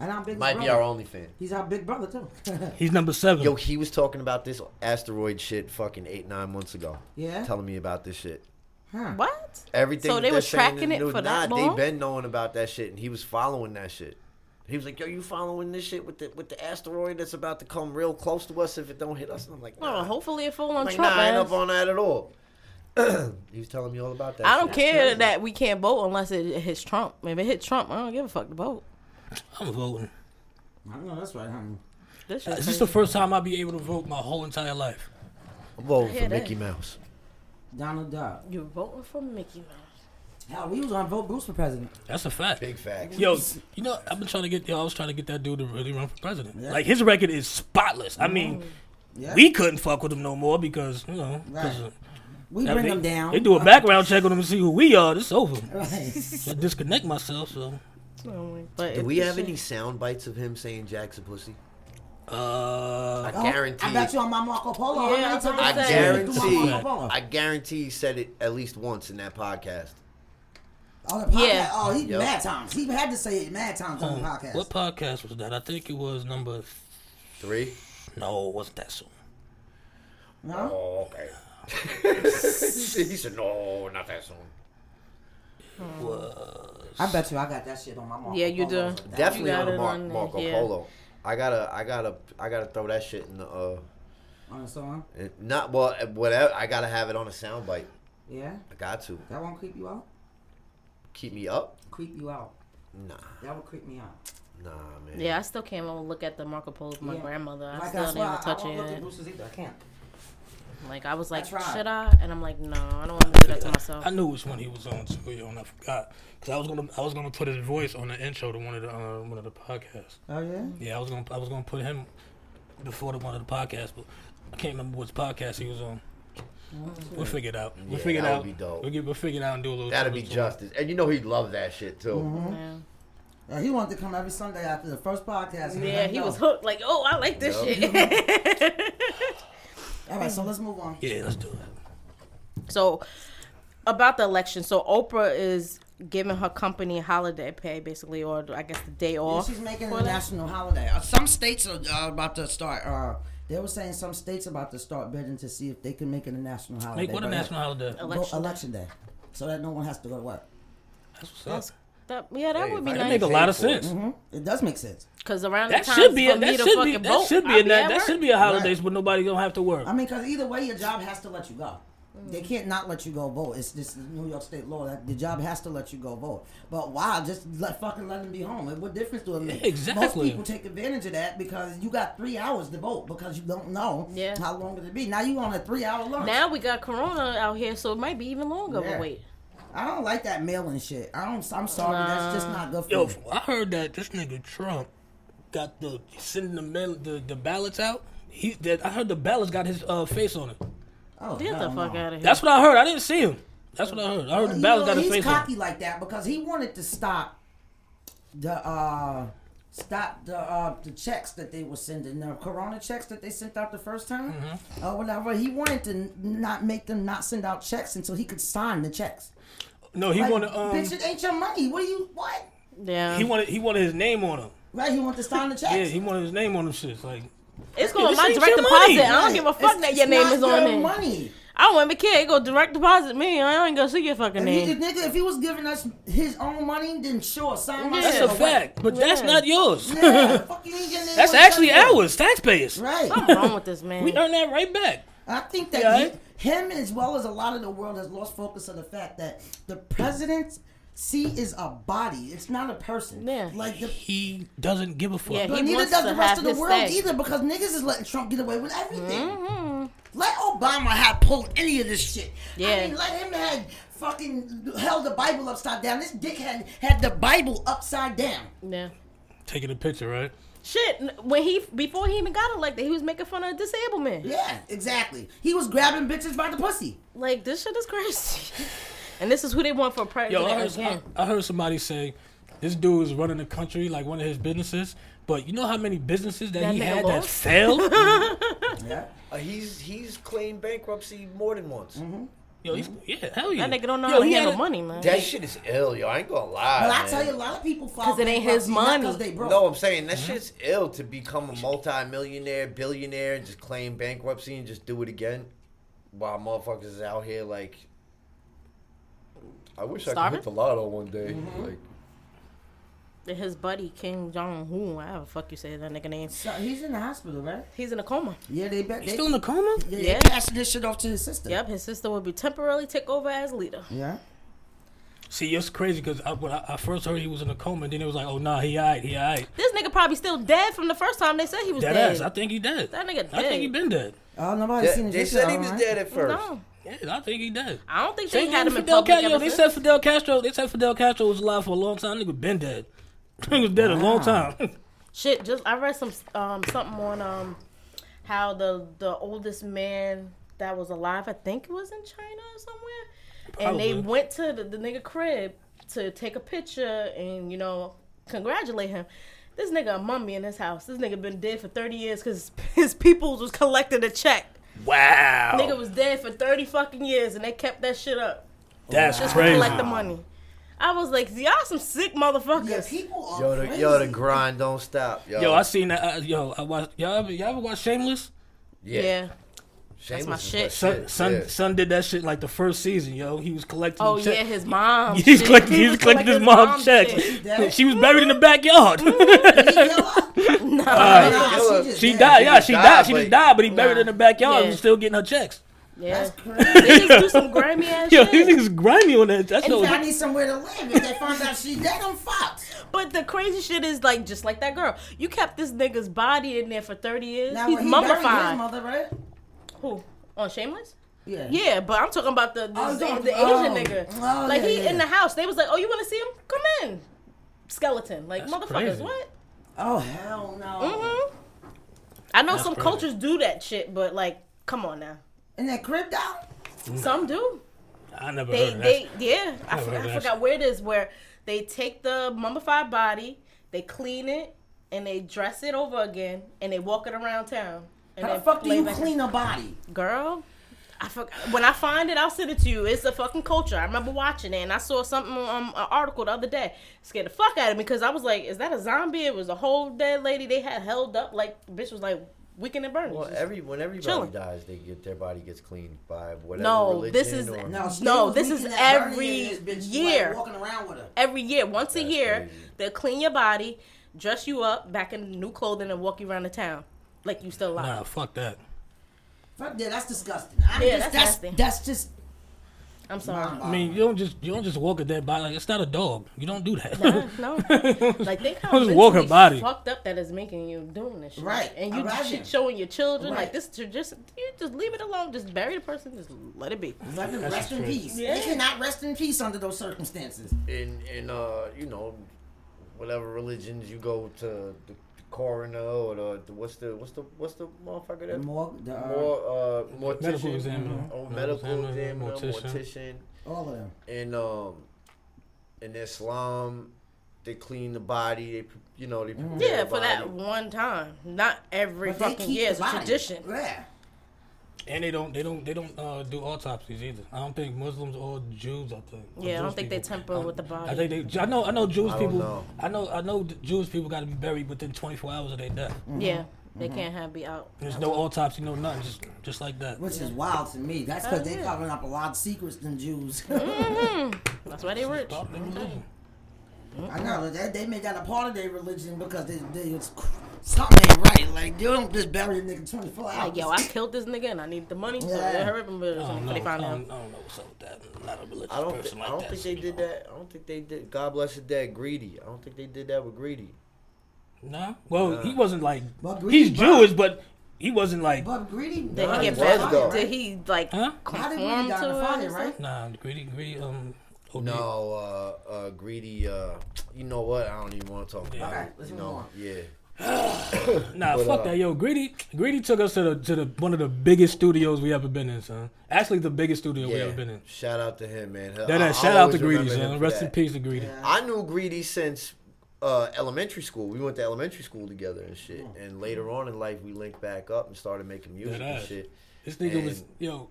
Speaker 4: And I'm big
Speaker 2: might
Speaker 4: brother.
Speaker 2: be our only fan.
Speaker 4: He's our big brother too.
Speaker 3: He's number seven.
Speaker 2: Yo, he was talking about this asteroid shit fucking eight nine months ago.
Speaker 4: Yeah?
Speaker 2: telling me about this shit.
Speaker 4: huh.
Speaker 1: What?
Speaker 2: Everything.
Speaker 1: So
Speaker 2: that
Speaker 1: they
Speaker 2: they're
Speaker 1: were
Speaker 2: saying in
Speaker 1: tracking
Speaker 2: the
Speaker 1: it
Speaker 2: news-
Speaker 1: for
Speaker 2: nah,
Speaker 1: that long?
Speaker 2: They been knowing about that shit, and he was following that shit. He was like, "Yo, you following this shit with the with the asteroid that's about to come real close to us if it don't hit us?" And I'm like,
Speaker 1: Oh,
Speaker 2: "Nah,
Speaker 1: hopefully it fall on
Speaker 2: I'm like,
Speaker 1: Trump.
Speaker 2: nah I ain't
Speaker 1: ass.
Speaker 2: up on that at all." he was telling me all about that.
Speaker 1: I don't
Speaker 2: shit.
Speaker 1: care that we can't vote unless it hits Trump. If it hits Trump, I don't give a fuck to vote.
Speaker 3: I'm voting.
Speaker 4: I know that's right, honey.
Speaker 1: This shit
Speaker 3: This
Speaker 1: crazy.
Speaker 3: is Uh, the first time I'll be able to vote my whole entire life.
Speaker 2: I'm voting
Speaker 1: Yeah,
Speaker 2: for
Speaker 1: it
Speaker 2: Mickey
Speaker 1: is.
Speaker 2: Mouse.
Speaker 4: Donald Duck.
Speaker 1: You're voting for Mickey Mouse.
Speaker 4: Hell, we was on vote Goose for president.
Speaker 3: That's a fact.
Speaker 2: Big facts.
Speaker 3: Yo, you know, I've been trying to get. Yo, I was trying to get that dude to really run for president.
Speaker 4: Yeah.
Speaker 3: Like his record is spotless. I mean,
Speaker 4: Yeah.
Speaker 3: we couldn't fuck with him no more because you know, 'cause,
Speaker 4: Right.
Speaker 3: uh,
Speaker 4: We
Speaker 3: that
Speaker 4: bring
Speaker 3: they,
Speaker 4: him down.
Speaker 3: They do a background check on him and see who we are. This over.
Speaker 4: Right.
Speaker 3: I disconnect myself. So,
Speaker 1: But
Speaker 2: Do
Speaker 1: if
Speaker 2: we
Speaker 1: this
Speaker 2: have
Speaker 1: shit-
Speaker 2: any sound bites of him saying Jackson pussy? I
Speaker 3: uh,
Speaker 4: Oh,
Speaker 2: guarantee.
Speaker 4: I bet you on my Marco Polo.
Speaker 1: Yeah,
Speaker 4: How
Speaker 1: I'm
Speaker 4: many
Speaker 1: about
Speaker 2: I
Speaker 4: times
Speaker 1: to say.
Speaker 4: did you do my
Speaker 2: guarantee.
Speaker 4: Marco Polo?
Speaker 2: I guarantee he said it at least once in that podcast.
Speaker 4: On the podcast.
Speaker 1: Yeah.
Speaker 4: Oh, he
Speaker 2: Yep.
Speaker 4: mad times. He had to say it mad times on the podcast.
Speaker 3: Uh, what podcast was that? I think it was number.
Speaker 2: Three.
Speaker 3: No, it wasn't that soon.
Speaker 4: No?
Speaker 2: Oh, okay. he said no, not that soon.
Speaker 4: I bet you I got that shit on my Marco
Speaker 1: Yeah, you
Speaker 4: Polo.
Speaker 1: do.
Speaker 2: Definitely
Speaker 1: You got
Speaker 2: on the
Speaker 1: it
Speaker 2: Mar-
Speaker 1: on there,
Speaker 2: Marco
Speaker 1: yeah.
Speaker 2: Polo. I gotta, I gotta, I gotta throw that shit in the. uh
Speaker 4: On the song?
Speaker 2: it- Not well, whatever. I gotta have it on a soundbite.
Speaker 4: Yeah.
Speaker 2: I got to
Speaker 4: That won't creep you out?
Speaker 2: keep me up.
Speaker 4: Creep you out.
Speaker 2: Nah,
Speaker 4: That would creep me out.
Speaker 2: nah, man.
Speaker 1: Yeah, I still can't even look at the Marco Polo of my
Speaker 4: Yeah.
Speaker 1: grandmother. I
Speaker 4: Like,
Speaker 1: still
Speaker 4: I
Speaker 1: didn't
Speaker 4: swear, I,
Speaker 1: even
Speaker 4: I
Speaker 1: touch
Speaker 4: won't look at
Speaker 1: it.
Speaker 4: Bruce's either. I can't.
Speaker 1: Like I was like,
Speaker 4: tried.
Speaker 1: should I? And I'm like, no, I don't want to do that to myself.
Speaker 3: I knew which one he was on too, yo, and I forgot because I was gonna I was gonna put his voice on the intro to one of the uh, one of the podcasts.
Speaker 4: Oh, yeah?
Speaker 3: Yeah, I was gonna I was gonna put him before the one of the podcasts, but I can't remember which podcast he was on. We'll figure it out. We'll
Speaker 2: Yeah,
Speaker 3: figure it
Speaker 2: that would
Speaker 3: out.
Speaker 2: be dope.
Speaker 3: We'll, get, we'll figure it out and do a little.
Speaker 2: That'd be
Speaker 3: something.
Speaker 2: justice, and you know he'd love that shit too.
Speaker 1: Yeah,
Speaker 4: Uh, he wanted to come every Sunday after the first podcast. and
Speaker 1: yeah
Speaker 4: let
Speaker 1: he
Speaker 4: know.
Speaker 1: was hooked. Like, oh, I like this shit.
Speaker 4: All right, so let's move on.
Speaker 3: Yeah, let's do it.
Speaker 1: so, about the election, so Oprah is giving her company holiday pay, basically, or I guess the day
Speaker 4: Yeah,
Speaker 1: off.
Speaker 4: she's making
Speaker 1: for
Speaker 4: a
Speaker 1: that.
Speaker 4: national holiday. Uh, some states are uh, about to start. Uh, they were saying some states about to start bidding to see if they can make it a national holiday.
Speaker 3: Make what a
Speaker 4: but, uh,
Speaker 3: national holiday.
Speaker 4: go-
Speaker 1: Election
Speaker 4: election,
Speaker 1: day.
Speaker 4: day, so that no one has to go to work.
Speaker 3: That's what's
Speaker 1: That's-
Speaker 3: up.
Speaker 1: that, yeah, that
Speaker 2: Hey,
Speaker 1: would be
Speaker 2: if I
Speaker 3: That
Speaker 1: nice.
Speaker 2: can
Speaker 3: make a
Speaker 2: paid
Speaker 3: lot of
Speaker 2: for it.
Speaker 3: sense.
Speaker 4: It does make sense.
Speaker 1: Because around
Speaker 3: That
Speaker 1: the time
Speaker 3: should be
Speaker 1: for
Speaker 3: a,
Speaker 1: me
Speaker 3: that
Speaker 1: to
Speaker 3: should be
Speaker 1: fucking
Speaker 3: that
Speaker 1: vote,
Speaker 3: should be
Speaker 1: I'll
Speaker 3: a na-
Speaker 1: at
Speaker 3: that
Speaker 1: work.
Speaker 3: should be a holidays, but nobody gonna have to work.
Speaker 4: I mean, because either way, your job has to let you go.
Speaker 1: Mm.
Speaker 4: They can't not let you go vote. It's just the New York state law that the job has to let you go vote. But why? Just let fucking let them be home. Like, What difference do it make? Most
Speaker 3: Exactly.
Speaker 4: people take advantage of that because you got three hours to vote because you don't know
Speaker 1: Yeah.
Speaker 4: how long it'll be. Now you on a three hour lunch.
Speaker 1: Now we got Corona out here, so it might be even longer.
Speaker 4: Yeah.
Speaker 1: But wait,
Speaker 4: I don't like that mailing shit. I don't. I'm sorry. That's just not good for
Speaker 3: Yo,
Speaker 4: you.
Speaker 3: I heard that this nigga Trump got the sending the mail, the, the ballots out. He that I heard the ballots got his uh, face on it.
Speaker 4: Oh,
Speaker 1: get the
Speaker 4: hell
Speaker 1: fuck
Speaker 4: no.
Speaker 1: out of here.
Speaker 3: That's what I heard. I didn't see him. That's what I heard. I heard Oh, the
Speaker 4: You
Speaker 3: ballots
Speaker 4: know,
Speaker 3: got his
Speaker 4: he's
Speaker 3: face on.
Speaker 4: cocky
Speaker 3: it.
Speaker 4: like that because he wanted to stop the uh stop the uh the checks that they were sending the corona checks that they sent out the first time
Speaker 3: Mm-hmm.
Speaker 4: or whatever he wanted to n- not make them not send out checks until he could sign the checks
Speaker 3: No, he
Speaker 4: Like,
Speaker 3: wanted um
Speaker 4: bitch it ain't your money what do you what
Speaker 1: yeah.
Speaker 3: he wanted he wanted his name on him.
Speaker 4: right he wanted to sign the checks
Speaker 3: Yeah, he wanted his name on them shits. Like,
Speaker 1: It's going
Speaker 3: This
Speaker 1: my
Speaker 3: ain't
Speaker 1: direct
Speaker 3: your money.
Speaker 1: deposit. I
Speaker 4: Right.
Speaker 1: don't give a
Speaker 4: It's-
Speaker 1: fuck that your
Speaker 4: it's
Speaker 1: name
Speaker 4: not
Speaker 1: is on
Speaker 4: your
Speaker 1: there.
Speaker 4: money
Speaker 1: I don't want my kid. It go direct deposit me. I ain't gonna see your fucking
Speaker 4: if he,
Speaker 1: name.
Speaker 4: nigga, if he was giving us his own money then sure sign my
Speaker 1: Yeah.
Speaker 3: that's
Speaker 4: shit
Speaker 3: a
Speaker 4: away.
Speaker 3: fact, but that's
Speaker 1: Yeah.
Speaker 3: not yours.
Speaker 4: yeah, fuck you ain't getting it
Speaker 3: that's
Speaker 4: on your
Speaker 3: actually
Speaker 4: check.
Speaker 3: ours, taxpayers.
Speaker 4: right
Speaker 1: What's wrong with this man?
Speaker 3: We earn that right back.
Speaker 4: I think that
Speaker 3: Yeah.
Speaker 4: he- him, as well as a lot of the world, has lost focus on the fact that the presidency is a body; it's not a person.
Speaker 1: Yeah.
Speaker 4: Like the.
Speaker 3: He doesn't give a fuck.
Speaker 1: Yeah,
Speaker 4: But
Speaker 1: He
Speaker 4: neither
Speaker 1: wants
Speaker 4: does
Speaker 1: to
Speaker 4: the rest
Speaker 1: have
Speaker 4: of the
Speaker 1: his
Speaker 4: world
Speaker 1: say. Mm-hmm.
Speaker 4: either because niggas is letting Trump get away with everything. Let Obama have pulled any of this shit. I
Speaker 1: Yeah.
Speaker 4: mean, let him have fucking held the Bible upside down. This dick had, had the Bible upside down.
Speaker 1: yeah.
Speaker 3: Taking a picture, right?
Speaker 1: Shit. n- When he before he even got elected, he was making fun of disabled men.
Speaker 4: Yeah, exactly. He was grabbing bitches by the pussy.
Speaker 1: Like this shit is crazy. and this is who they want for
Speaker 3: Yo,
Speaker 1: president
Speaker 3: I heard,
Speaker 1: again.
Speaker 3: I heard somebody say this dude is running the country like one of his businesses, but you know how many businesses that,
Speaker 1: That
Speaker 3: he
Speaker 1: nigga
Speaker 3: had that
Speaker 1: lost?
Speaker 3: failed?
Speaker 4: Yeah.
Speaker 2: Uh, he's he's claimed bankruptcy more than once.
Speaker 1: Mm-hmm.
Speaker 3: Yo, he's, yeah, hell yeah.
Speaker 1: That nigga don't know
Speaker 3: Yo,
Speaker 1: how to
Speaker 3: he had
Speaker 1: handle
Speaker 3: a-
Speaker 1: money, man.
Speaker 2: That shit is ill, yo. I ain't gonna lie.
Speaker 4: But I
Speaker 2: man.
Speaker 4: tell you, a lot of people file
Speaker 1: 'Cause it ain't his
Speaker 4: bankruptcy not 'cause
Speaker 1: money.
Speaker 4: They broke.
Speaker 2: No, I'm saying that
Speaker 1: Mm-hmm.
Speaker 2: shit's ill to become a multi-millionaire, billionaire, and just claim bankruptcy and just do it again. While motherfuckers is out here like, I wish I could
Speaker 1: Starving? Mm-hmm.
Speaker 2: hit the lotto one day. Like,
Speaker 1: His buddy Kim Jong Un, whatever the fuck you say that nigga name.
Speaker 4: So he's in the hospital, right?
Speaker 1: He's in a coma.
Speaker 4: Yeah, they bet.
Speaker 3: He's
Speaker 4: They,
Speaker 3: still in the coma?
Speaker 4: yeah,
Speaker 1: Yeah.
Speaker 4: they passing this shit off to his sister.
Speaker 1: Yep, his sister will be temporarily take over as leader.
Speaker 4: Yeah.
Speaker 3: See, it's crazy because I, when I, I first heard he was in a coma, and then it was like, oh, nah, he all right, he all right.
Speaker 1: This nigga probably still dead from the first time they said he was
Speaker 3: Dead
Speaker 1: dead.
Speaker 3: ass. I think he dead.
Speaker 1: That nigga
Speaker 3: I
Speaker 1: dead.
Speaker 3: think he been dead.
Speaker 4: Oh, nobody
Speaker 2: they
Speaker 4: seen his
Speaker 2: they
Speaker 4: picture,
Speaker 2: said he
Speaker 4: all
Speaker 2: was
Speaker 4: right?
Speaker 2: dead at first.
Speaker 1: No,
Speaker 3: Yeah, I think he dead.
Speaker 1: I don't think they
Speaker 3: Same
Speaker 1: had
Speaker 3: thing
Speaker 1: him
Speaker 3: with
Speaker 1: in
Speaker 3: Fidel
Speaker 1: public
Speaker 3: Castro.
Speaker 1: ever
Speaker 3: They
Speaker 1: since.
Speaker 3: said Fidel Castro. They said Fidel Castro was alive for a long time. Nigga been dead. He was dead a long time.
Speaker 1: Shit, just I read some um something on um how the the oldest man that was alive, I think it was in China or somewhere, and they
Speaker 3: Probably.
Speaker 1: went to the, the nigga crib to take a picture and you know congratulate him. This nigga a mummy in his house. This nigga been dead for thirty years because his peoples was collecting a check.
Speaker 3: wow.
Speaker 1: Nigga was dead for thirty fucking years and they kept that shit up
Speaker 3: That's
Speaker 1: just to
Speaker 3: crazy.
Speaker 1: collect the money. I was like, y'all some sick motherfuckers.
Speaker 4: Yeah, people are
Speaker 2: Yo, the,
Speaker 4: Oh, crazy.
Speaker 2: yo, the grind don't stop. Yo,
Speaker 3: Yo, I seen that. Uh, yo, I watched. Y'all ever, y'all ever watch Shameless?
Speaker 1: yeah.
Speaker 2: Shameless
Speaker 1: my
Speaker 2: is
Speaker 1: shit.
Speaker 3: Son, son,
Speaker 2: yeah.
Speaker 3: son did that shit like the first season. Yo, he was collecting.
Speaker 1: Oh
Speaker 3: check-
Speaker 1: yeah, his mom.
Speaker 3: He was
Speaker 1: shit.
Speaker 3: collecting.
Speaker 1: He
Speaker 3: He was
Speaker 1: was collecting
Speaker 3: collecting his
Speaker 1: his
Speaker 3: mom's
Speaker 1: mom's
Speaker 3: checks.
Speaker 1: shit.
Speaker 4: Dead.
Speaker 3: She was buried in the backyard.
Speaker 4: Did he kill her?
Speaker 1: Nah.
Speaker 4: Nah, just
Speaker 3: she
Speaker 4: dead.
Speaker 3: died. Yeah,
Speaker 2: just
Speaker 3: she
Speaker 2: died,
Speaker 3: died. She just
Speaker 2: but-
Speaker 3: died, but he buried
Speaker 1: Nah.
Speaker 3: in the backyard.
Speaker 1: Yeah.
Speaker 3: and still getting her checks.
Speaker 1: Yeah.
Speaker 4: That's crazy.
Speaker 1: They just do some grimy ass
Speaker 3: Yo, these
Speaker 1: shit.
Speaker 3: niggas grimy on that. That's
Speaker 4: If I
Speaker 3: what.
Speaker 4: need somewhere to live. If they find out she dead, I'm fucked.
Speaker 1: But the crazy shit is like just like that girl. You kept this nigga's body in there for thirty years.
Speaker 4: Now,
Speaker 1: He's
Speaker 4: he buried His
Speaker 1: mummified.
Speaker 4: mother, right?
Speaker 1: Who? On Shameless?
Speaker 4: Yeah.
Speaker 1: Yeah, but I'm talking about the the,
Speaker 4: Oh,
Speaker 1: the-
Speaker 4: don't-
Speaker 1: the Asian
Speaker 4: oh.
Speaker 1: nigga.
Speaker 4: Oh,
Speaker 1: like
Speaker 4: yeah,
Speaker 1: he
Speaker 4: yeah.
Speaker 1: in the house. They was like, Oh, you wanna see him? Come in. Skeleton. Like
Speaker 3: That's
Speaker 1: motherfuckers,
Speaker 3: crazy.
Speaker 1: what?
Speaker 4: Oh hell no.
Speaker 1: hmm I know some
Speaker 3: crazy.
Speaker 1: cultures do that shit, but like, come on now.
Speaker 4: And that crib down.
Speaker 3: Mm.
Speaker 1: Some do.
Speaker 3: I never
Speaker 1: they
Speaker 3: heard of that.
Speaker 1: they yeah. I,
Speaker 3: I've
Speaker 1: forgot,
Speaker 3: heard
Speaker 1: I
Speaker 3: that.
Speaker 1: forgot where it is where they take the mummified body, they clean it, and they dress it over again, and they walk it around town. And
Speaker 4: How the
Speaker 1: then
Speaker 4: fuck do
Speaker 1: lay
Speaker 4: you
Speaker 1: back-
Speaker 4: clean a body?
Speaker 1: girl? I forgot. When I find it, I'll send it to you. It's a fucking culture. I remember watching it, and I saw something um an article the other day. Scared the fuck out of me because I was like, "Is that a zombie?" It was a whole dead lady they had held up. Like the bitch was like weakened and burned.
Speaker 2: Well, every when everybody
Speaker 1: Chilling.
Speaker 2: dies, they get their body gets cleaned by whatever
Speaker 1: No,
Speaker 2: religion.
Speaker 1: this is-
Speaker 2: or-
Speaker 1: No,
Speaker 4: she was
Speaker 1: this is
Speaker 4: leaking that
Speaker 1: every
Speaker 4: Bernie and this bitch was,
Speaker 1: year.
Speaker 4: Like walking around with her.
Speaker 1: every year, once a
Speaker 2: That's
Speaker 1: year,
Speaker 2: crazy.
Speaker 1: they'll clean your body, dress you up back in new clothing, and walk you around the town like you still alive.
Speaker 3: Nah, fuck that.
Speaker 4: Fuck yeah, that's disgusting. I mean,
Speaker 1: Yeah,
Speaker 4: just,
Speaker 1: that's
Speaker 4: that's
Speaker 1: nasty.
Speaker 4: that's just.
Speaker 1: I'm sorry.
Speaker 3: I mean, you don't just you don't just walk a dead body. Like, it's not a dog. You don't do that.
Speaker 1: No, like think
Speaker 3: I
Speaker 1: how
Speaker 3: was walking
Speaker 1: mentally
Speaker 3: body.
Speaker 1: fucked up that is making you doing this shit,
Speaker 4: Right.
Speaker 1: And you
Speaker 4: Imagine.
Speaker 1: shit showing your children like
Speaker 4: Right.
Speaker 1: this. To just you just leave it alone. Just bury the person. Just let it be.
Speaker 4: Let them rest in
Speaker 3: crazy.
Speaker 4: peace.
Speaker 1: Yeah.
Speaker 4: They cannot rest in peace under those circumstances.
Speaker 2: in in uh you know whatever religions you go to the, the coroner or the, the what's the what's the what's the motherfucker that
Speaker 4: More, the, uh,
Speaker 2: more uh mortician
Speaker 3: Medical examiner.
Speaker 2: oh
Speaker 3: Medical
Speaker 2: medical
Speaker 3: examiner,
Speaker 2: examiner mortician.
Speaker 3: mortician.
Speaker 4: all of them.
Speaker 2: and um in Islam they clean the body they pre- you know they prepare
Speaker 1: Yeah,
Speaker 2: the
Speaker 1: for that
Speaker 2: body.
Speaker 1: one time, not every
Speaker 4: But they
Speaker 1: fucking
Speaker 4: keep
Speaker 1: year.
Speaker 4: the
Speaker 1: It's a
Speaker 4: body.
Speaker 1: tradition.
Speaker 4: Yeah.
Speaker 3: And they don't they don't they don't uh, do autopsies either. I don't think Muslims or Jews. I think. or
Speaker 1: Yeah, I don't
Speaker 3: Jewish
Speaker 1: think they
Speaker 3: people.
Speaker 1: temper
Speaker 3: I-
Speaker 1: with the body.
Speaker 3: I think they. I know I know Jewish
Speaker 2: I don't
Speaker 3: people.
Speaker 2: know.
Speaker 3: I know I know th- Jewish people got to be buried within 24 hours of their death.
Speaker 1: Yeah, they can't have be out.
Speaker 3: There's no autopsy, no nothing, just just like that.
Speaker 4: Which is wild to me. That's because they're covering up a lot of secrets than Jews.
Speaker 1: Mm-hmm. That's why they rich.
Speaker 3: Stop their religion.
Speaker 4: I know they, they made that a part of their religion because they, they it's something ain't right. Like you don't just bury a nigga twenty four hours.
Speaker 1: Like yo, I killed this nigga and I need the money, so
Speaker 4: Yeah.
Speaker 1: yeah. hurry up and bury
Speaker 3: I don't
Speaker 1: something
Speaker 3: know.
Speaker 1: before
Speaker 3: I
Speaker 1: they
Speaker 3: don't,
Speaker 1: find
Speaker 3: I
Speaker 1: out.
Speaker 3: don't know what's up with that. I'm not a religious
Speaker 2: I don't,
Speaker 3: person
Speaker 2: thi-
Speaker 3: like
Speaker 2: I don't
Speaker 3: that.
Speaker 2: think
Speaker 3: so
Speaker 2: they
Speaker 3: you
Speaker 2: did
Speaker 3: know.
Speaker 2: that. I don't think they did. God bless the dead, greedy. I don't think they did that with greedy.
Speaker 3: Nah. Well, he wasn't like.
Speaker 4: But
Speaker 3: He's
Speaker 4: greedy, bro.
Speaker 3: Jewish, but he wasn't like.
Speaker 4: But greedy.
Speaker 1: Did
Speaker 2: Nah,
Speaker 1: he
Speaker 2: he
Speaker 1: get
Speaker 2: was, though.
Speaker 1: back? Did he like
Speaker 3: Huh?
Speaker 4: How
Speaker 1: conform
Speaker 4: did we
Speaker 1: to
Speaker 4: down the
Speaker 1: it?
Speaker 4: fire,
Speaker 1: and stuff?
Speaker 4: right?
Speaker 3: Nah, greedy, greedy. Um. OD.
Speaker 2: No, uh, uh, greedy. Uh, you know what? I don't even want to talk about
Speaker 4: Alright,
Speaker 2: it.
Speaker 4: let's
Speaker 2: you
Speaker 4: move
Speaker 2: know,
Speaker 4: on.
Speaker 2: yeah.
Speaker 3: Nah,
Speaker 2: But,
Speaker 3: fuck
Speaker 2: uh,
Speaker 3: that, yo. Greedy, Greedy took us to the to the one of the biggest studios we ever been in, son. Actually, the biggest studio we ever been in.
Speaker 2: Shout out to him, man.
Speaker 3: That,
Speaker 2: I-
Speaker 3: that
Speaker 2: I
Speaker 3: shout out to
Speaker 2: always
Speaker 3: Greedy,
Speaker 2: remember him
Speaker 3: son.
Speaker 2: for
Speaker 3: Rest
Speaker 2: that.
Speaker 3: in peace to Greedy.
Speaker 2: I knew Greedy since uh, elementary school. We went to elementary school together and shit.
Speaker 3: Hmm.
Speaker 2: And later on in life, we linked back up and started making music and
Speaker 3: Deadass.
Speaker 2: shit.
Speaker 3: This nigga was
Speaker 2: And-
Speaker 3: yo,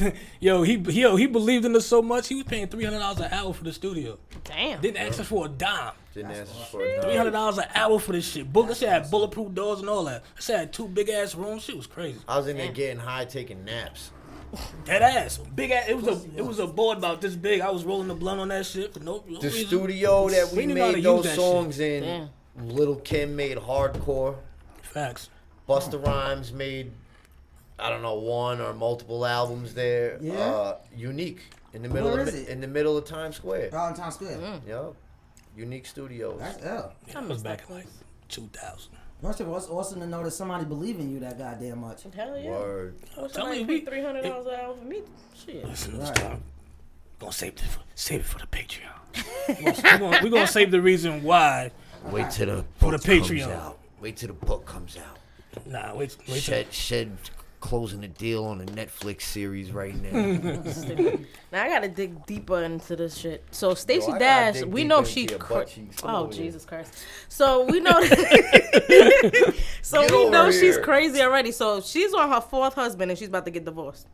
Speaker 3: yo he he- yo he believed in us so much he was paying three hundred dollars an hour for the studio.
Speaker 1: Damn.
Speaker 3: Didn't ask us for a dime.
Speaker 2: Didn't ask us for a
Speaker 3: Three hundred
Speaker 2: dime.
Speaker 3: dollars an hour for this shit. Book. I said I had bulletproof doors and all that. I said I had two big ass rooms. Shit was crazy.
Speaker 2: I was in there getting high, taking naps.
Speaker 3: Dead ass. Big ass. It was a it was a board about this big. I was rolling the blunt on that shit for no, no
Speaker 2: The
Speaker 3: reason.
Speaker 2: studio that we,
Speaker 3: We knew how to
Speaker 2: made
Speaker 3: use
Speaker 2: those
Speaker 3: that
Speaker 2: songs in,
Speaker 1: Damn.
Speaker 2: Little Kim made hardcore.
Speaker 3: Facts. Hmm.
Speaker 2: Busta Rhymes made, I don't know, one or multiple albums there.
Speaker 4: Yeah?
Speaker 2: Uh, unique in the middle
Speaker 4: Where
Speaker 2: of
Speaker 4: is it?
Speaker 2: in the middle of Times
Speaker 3: Oh,
Speaker 2: Square.
Speaker 4: Out in Times Square.
Speaker 1: Mm.
Speaker 2: Yup. Unique Studios.
Speaker 4: That's ill.
Speaker 3: Yeah, that was back in like two thousand.
Speaker 4: First of all, it's awesome to know that somebody believe in you that goddamn much.
Speaker 1: Hell yeah.
Speaker 2: Word.
Speaker 1: I wish
Speaker 3: Tell
Speaker 1: somebody
Speaker 3: me,
Speaker 1: paid
Speaker 3: we-
Speaker 1: three hundred dollars an hour for me. Shit.
Speaker 3: Listen,
Speaker 4: Right.
Speaker 3: stop. Gonna save this for, save it for the Patreon. we're, gonna, we're gonna save the reason why.
Speaker 2: Wait till the
Speaker 3: For the
Speaker 2: book comes
Speaker 3: Patreon.
Speaker 2: out. Wait till the book comes out.
Speaker 3: Nah, wait, wait. till-
Speaker 2: Shed, Shed closing the deal on the Netflix series right now.
Speaker 1: Now I gotta dig deeper into this shit. So Stacey
Speaker 2: Yo, I gotta
Speaker 1: Dash,
Speaker 2: dig
Speaker 1: we
Speaker 2: deeper
Speaker 1: know
Speaker 2: into
Speaker 1: she.
Speaker 2: your
Speaker 1: cr-
Speaker 2: butt cheeks. Come
Speaker 1: oh
Speaker 2: over here.
Speaker 1: Jesus Christ! So we know. so
Speaker 2: Get
Speaker 1: we
Speaker 2: over
Speaker 1: know she's
Speaker 2: here.
Speaker 1: crazy already. So she's on her fourth husband and she's about to get divorced.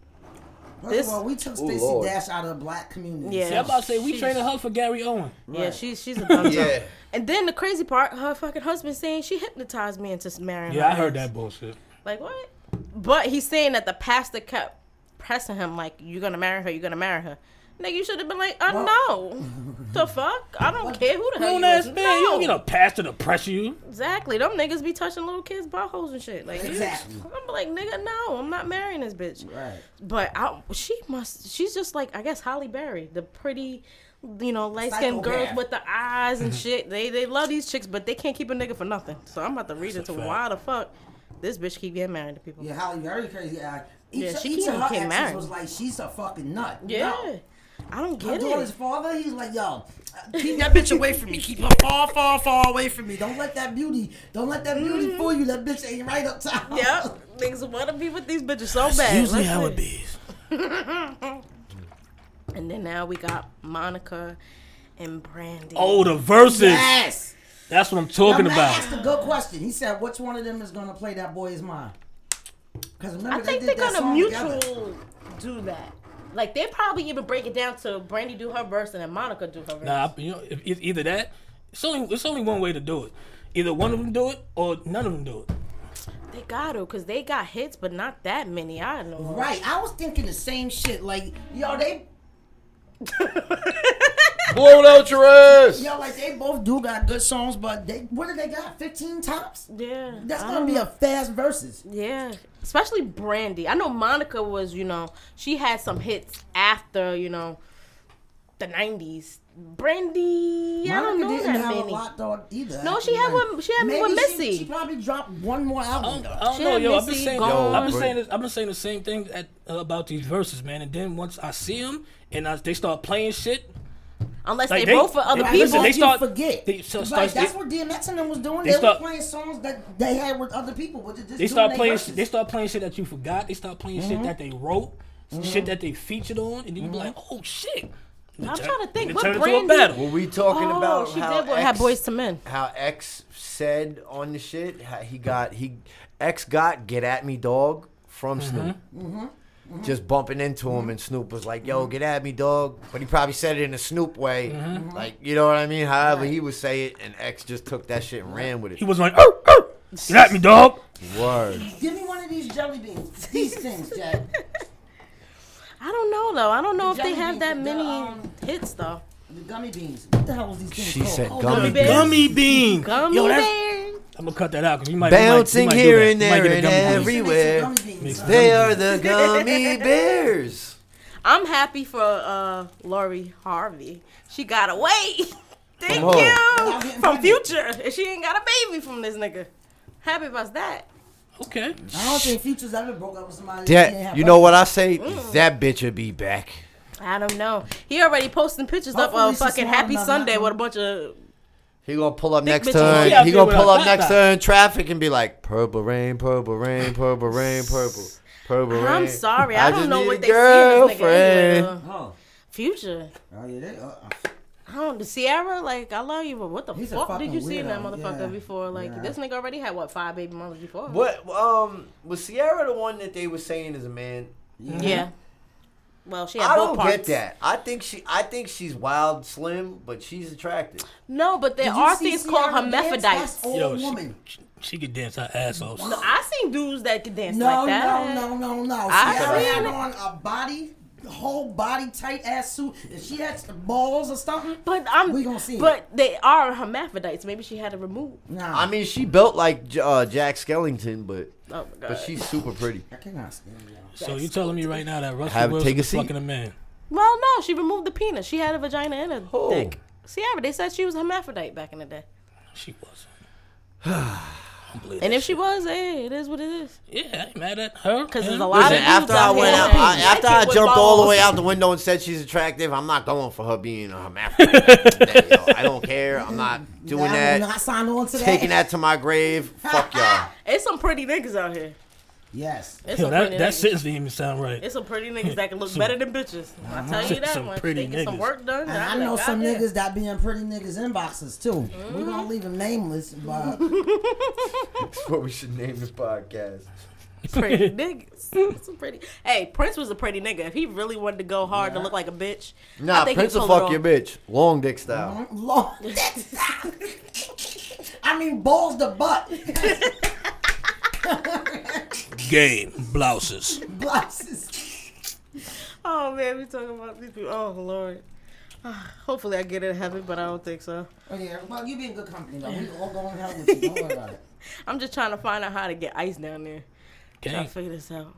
Speaker 4: First
Speaker 1: This-
Speaker 4: of all, we took Stacey
Speaker 2: Lord.
Speaker 4: Dash out of the black community.
Speaker 1: Yeah.
Speaker 3: See, I'm about to say we
Speaker 1: Sheesh.
Speaker 3: training her for Gary Owen.
Speaker 1: Yeah,
Speaker 4: Right.
Speaker 1: she's she's a dumb
Speaker 2: yeah.
Speaker 1: And then the crazy part, her fucking husband saying she hypnotized me into marrying her.
Speaker 3: Yeah, I heard
Speaker 1: ass.
Speaker 3: that bullshit.
Speaker 1: Like what? But he's saying that the pastor kept pressing him, like, "You're gonna marry her. You're gonna marry her." Nigga, you should have been like, "I
Speaker 4: Well-
Speaker 1: know." the fuck? I don't care who the hell
Speaker 3: Grown
Speaker 1: you is.
Speaker 3: ass man, you
Speaker 1: No.
Speaker 3: don't get a pastor to pressure you.
Speaker 1: Exactly. Them niggas be touching little kids' buttholes and shit. Like,
Speaker 4: Exactly.
Speaker 1: I'm like, nigga, no, I'm not marrying this bitch.
Speaker 4: Right.
Speaker 1: But I, she must. She's just like I guess Holly Berry, the pretty, you know, light skinned girls
Speaker 4: Psychopath.
Speaker 1: with the eyes and shit. They they love these chicks, but they can't keep a nigga for nothing. So I'm about to read
Speaker 3: That's
Speaker 1: into
Speaker 3: a fact.
Speaker 1: why the fuck this bitch keep getting married to people.
Speaker 4: Yeah, Holly very crazy. Uh, each,
Speaker 1: Yeah, she
Speaker 4: each
Speaker 1: can't
Speaker 4: of her
Speaker 1: get
Speaker 4: exes
Speaker 1: married.
Speaker 4: was like, she's a fucking nut.
Speaker 1: Yeah.
Speaker 4: No.
Speaker 1: I don't
Speaker 4: Her
Speaker 1: get
Speaker 4: daughter's
Speaker 1: it.
Speaker 4: father, he's like, yo, uh, keep
Speaker 2: That bitch away from me. Keep her far, far, far away from
Speaker 4: me. Don't let that beauty, don't let that beauty fool you. That bitch ain't right up top.
Speaker 1: Yep. Niggas want to be with these bitches so bad. Let's see.
Speaker 3: be.
Speaker 1: And then now we got Monica and Brandy.
Speaker 3: Oh, the verses.
Speaker 4: Yes.
Speaker 3: That's what I'm talking
Speaker 4: now, Matt
Speaker 3: about.
Speaker 4: asked a good question. He said, which one of them is going to play that boy is mine? Because remember,
Speaker 1: I think
Speaker 4: they
Speaker 1: they're
Speaker 4: did that
Speaker 1: gonna
Speaker 4: song
Speaker 1: mutual
Speaker 4: together.
Speaker 1: do that. Like they probably even break it down to Brandy do her verse and then Monica do her verse.
Speaker 3: Nah, you know, if, if either that. It's only it's only one way to do it. Either one of them do it or none of them do it.
Speaker 1: They got to because they got hits, but not that many. I know.
Speaker 4: Right. I was thinking the same shit. Like, yo, they,
Speaker 2: Blow it out your ass.
Speaker 4: yo, like they both do got good songs, but they, what do they got? 15 tops?
Speaker 1: Yeah.
Speaker 4: That's
Speaker 1: I
Speaker 4: going
Speaker 1: don't
Speaker 4: to be
Speaker 1: know.
Speaker 4: a fast versus.
Speaker 1: Yeah. Especially Brandy. I know Monica was, you know, she had some hits after, you know, the 90s. Brandy, I don't
Speaker 4: Monica
Speaker 1: know
Speaker 4: didn't
Speaker 1: that
Speaker 4: have a
Speaker 1: many.
Speaker 4: lot though either.
Speaker 1: No, she had one- she had
Speaker 4: Maybe
Speaker 1: one
Speaker 4: she-
Speaker 1: Missy.
Speaker 4: She, probably dropped one more
Speaker 3: I don't,
Speaker 4: album
Speaker 3: Oh, I
Speaker 4: though.
Speaker 3: don't know,
Speaker 1: Shit,
Speaker 3: yo. I've been
Speaker 1: Missy,
Speaker 3: saying,
Speaker 1: gone.
Speaker 3: I've been
Speaker 2: Yo,
Speaker 3: saying, this, I've been saying the same thing at, uh, about these verses, man. And then once I see them and I, they start playing shit,
Speaker 1: Unless they,
Speaker 3: Like, they-
Speaker 1: vote for other
Speaker 3: they-
Speaker 1: people.
Speaker 3: listen, they
Speaker 4: you
Speaker 3: start-
Speaker 4: forget.
Speaker 3: they so-
Speaker 4: Like,
Speaker 3: starts-
Speaker 4: that's
Speaker 3: they-
Speaker 4: what DMX and them was doing.
Speaker 3: they
Speaker 4: They,
Speaker 3: start-
Speaker 4: were playing songs that they had with other people. But just
Speaker 3: They
Speaker 4: doing
Speaker 3: start
Speaker 4: their
Speaker 3: playing.
Speaker 4: verses.
Speaker 3: They start playing shit that you forgot. They start playing
Speaker 1: Mm-hmm.
Speaker 3: shit that they wrote, shit that they featured on, and you be like, "Oh shit!"
Speaker 1: I'm trying to think, what
Speaker 3: turn
Speaker 1: Brandy-
Speaker 3: into a battle.
Speaker 2: Were we talking
Speaker 1: Oh,
Speaker 2: about
Speaker 1: she
Speaker 2: how
Speaker 1: did what- had
Speaker 2: X-
Speaker 1: Boyz II Men.
Speaker 2: How X said on the shit, how he got he X got get at me dog from Snoop. Just bumping into him and Snoop was like, "Yo, get at me, dog." But he probably said it in a Snoop way, like you know what I mean. However, he would say it, and X just took that shit and ran with
Speaker 3: He
Speaker 2: it.
Speaker 3: was like, "Oh, oh, get at me, dog."
Speaker 2: Word.
Speaker 4: Give me one of these jelly beans. These things, Jack.
Speaker 1: I don't know, though. I don't know if
Speaker 4: The
Speaker 1: they
Speaker 4: Jelly
Speaker 1: have that
Speaker 4: Beans,
Speaker 1: many
Speaker 4: the, um,
Speaker 1: hits, though.
Speaker 4: The gummy beans. What the hell was these things
Speaker 2: She
Speaker 4: called?
Speaker 2: said
Speaker 4: Oh,
Speaker 2: gummy
Speaker 1: bears.
Speaker 3: Gummy bean.
Speaker 1: Gummy
Speaker 3: Yo, that's-
Speaker 1: Bears.
Speaker 3: I'm gonna cut that out because you might you might- you
Speaker 2: Bouncing
Speaker 3: might do
Speaker 2: here
Speaker 3: that.
Speaker 2: and
Speaker 3: You might
Speaker 2: there
Speaker 3: get a
Speaker 2: and
Speaker 3: gummy bean.
Speaker 4: She said
Speaker 2: everywhere.
Speaker 4: Gummy beans.
Speaker 2: They are the gummy bears.
Speaker 1: I'm happy for uh, Lori Harvey. She got away. Thank
Speaker 2: From who?
Speaker 1: you
Speaker 4: I'm getting
Speaker 1: from
Speaker 4: pregnant.
Speaker 1: Future, and she ain't got a baby from this nigga. Happy about that.
Speaker 3: Okay.
Speaker 4: I don't think Future's ever broke up with somebody. that didn't
Speaker 2: That
Speaker 4: have
Speaker 2: you know
Speaker 4: money.
Speaker 2: what I say? That bitch would be back.
Speaker 1: I don't know. He already posting pictures up
Speaker 4: Hopefully
Speaker 1: of
Speaker 4: she's
Speaker 1: fucking
Speaker 4: smart
Speaker 1: Happy
Speaker 4: enough
Speaker 1: Sunday
Speaker 4: not to-
Speaker 1: with a bunch of.
Speaker 2: He gonna pull up next
Speaker 1: bitches.
Speaker 2: turn.
Speaker 3: Yeah,
Speaker 2: he
Speaker 3: dude,
Speaker 2: gonna
Speaker 3: with
Speaker 2: pull
Speaker 3: a
Speaker 2: up next
Speaker 3: backpack.
Speaker 2: turn traffic and be like, purple rain, purple rain, purple rain, purple, purple rain.
Speaker 1: I'm sorry, I,
Speaker 2: just
Speaker 1: don't know
Speaker 2: need a
Speaker 1: what they see in this nigga. Anyway,
Speaker 2: girlfriend.
Speaker 1: though.
Speaker 4: Oh,
Speaker 1: Future.
Speaker 4: oh yeah. They, uh, uh,
Speaker 1: I I don't Sierra, like I love you, but what the
Speaker 4: He's a
Speaker 1: fuck did you
Speaker 4: fucking
Speaker 1: see in that
Speaker 4: weirdo,
Speaker 1: motherfucker
Speaker 4: yeah.
Speaker 1: before? Like
Speaker 4: Yeah.
Speaker 1: this nigga already had what five baby mamas before?
Speaker 2: What um was Sierra the one that they were saying is a man?
Speaker 1: Yeah. Well, she had
Speaker 2: I
Speaker 1: both
Speaker 2: don't
Speaker 1: parts.
Speaker 2: get that. I think she I think she's wild slim, but she's attractive.
Speaker 1: No, but there
Speaker 4: Did you
Speaker 1: are
Speaker 4: see
Speaker 1: things
Speaker 4: Ciara
Speaker 1: called
Speaker 4: dance?
Speaker 1: hermaphrodites.
Speaker 4: That's old
Speaker 3: Yo, she,
Speaker 4: woman.
Speaker 3: she, she could dance her ass off.
Speaker 1: No, I seen dudes that could dance
Speaker 4: No,
Speaker 1: like that.
Speaker 4: no, no, no, no.
Speaker 1: I
Speaker 4: She had
Speaker 1: seen
Speaker 4: her
Speaker 1: it.
Speaker 4: on a body, whole body tight ass suit. If she had some balls or something,
Speaker 1: But I'm.
Speaker 4: We gonna see
Speaker 1: But they are hermaphrodites. Maybe she had to remove.
Speaker 4: nah.
Speaker 2: I mean, she built like J- uh, Jack Skellington, but
Speaker 1: Oh my god.
Speaker 2: but she's super pretty.
Speaker 4: I cannot stand y'all.
Speaker 3: so you telling me right now that Russell
Speaker 2: Have-
Speaker 3: Wilson
Speaker 2: take a
Speaker 3: is
Speaker 2: seat.
Speaker 3: fucking a man?
Speaker 1: well, no, she removed the penis. She had a vagina and a
Speaker 2: Who?
Speaker 1: dick. Sierra, they said she was hermaphrodite back in the day.
Speaker 3: She wasn't.
Speaker 1: And if she was, hey, it is what it is.
Speaker 3: Yeah, I ain't mad at her.
Speaker 1: Because there's
Speaker 3: and-
Speaker 1: a lot
Speaker 2: Listen,
Speaker 1: of dudes
Speaker 2: after I
Speaker 1: out
Speaker 2: went
Speaker 1: here
Speaker 2: out,
Speaker 1: that
Speaker 2: I,
Speaker 1: like
Speaker 2: after
Speaker 1: it
Speaker 2: I
Speaker 1: with
Speaker 2: jumped all the way
Speaker 1: balls.
Speaker 2: out the window and said she's attractive, I'm not going for her being a hermaphrodite. Yo, I don't care. I'm not doing
Speaker 4: Nah,
Speaker 2: that.
Speaker 4: Not sign on to that.
Speaker 2: Taking that to my grave. Fuck y'all.
Speaker 1: It's some pretty niggas out here.
Speaker 4: Yes.
Speaker 1: It's
Speaker 3: Yo,
Speaker 1: some
Speaker 3: that
Speaker 1: pretty
Speaker 3: that
Speaker 1: niggas.
Speaker 3: sentence didn't even sound right.
Speaker 1: It's some pretty niggas that can look
Speaker 3: Some- Uh-huh.
Speaker 1: better than bitches. I tell you that
Speaker 3: Some
Speaker 1: much.
Speaker 3: pretty
Speaker 1: They get some
Speaker 3: niggas.
Speaker 1: work done.
Speaker 4: And I
Speaker 1: I'm
Speaker 4: know
Speaker 1: like,
Speaker 4: some
Speaker 1: "Goddamn."
Speaker 4: niggas that be in pretty niggas inboxes too. We're gonna leave them nameless, but
Speaker 2: That's what we should name this podcast.
Speaker 1: pretty niggas. Some pretty. Hey, Prince was a pretty nigga. If he really wanted to go hard to look like a bitch,
Speaker 2: Nah,
Speaker 1: I think he'd
Speaker 2: Prince will
Speaker 1: pull it
Speaker 2: fuck your
Speaker 1: off. Uh-huh.
Speaker 2: bitch. Long dick style.
Speaker 4: long I mean balls to butt.
Speaker 3: Game blouses.
Speaker 4: Glasses.
Speaker 1: Oh man, we talking about these people. Oh lord. Hopefully I get in heaven, but I don't think so.
Speaker 4: Oh yeah, well you be in good company though. We all going to hell with you. Don't worry about it.
Speaker 1: I'm just trying to find out how to get ice down there. Trying
Speaker 3: Gang.
Speaker 1: to figure this out.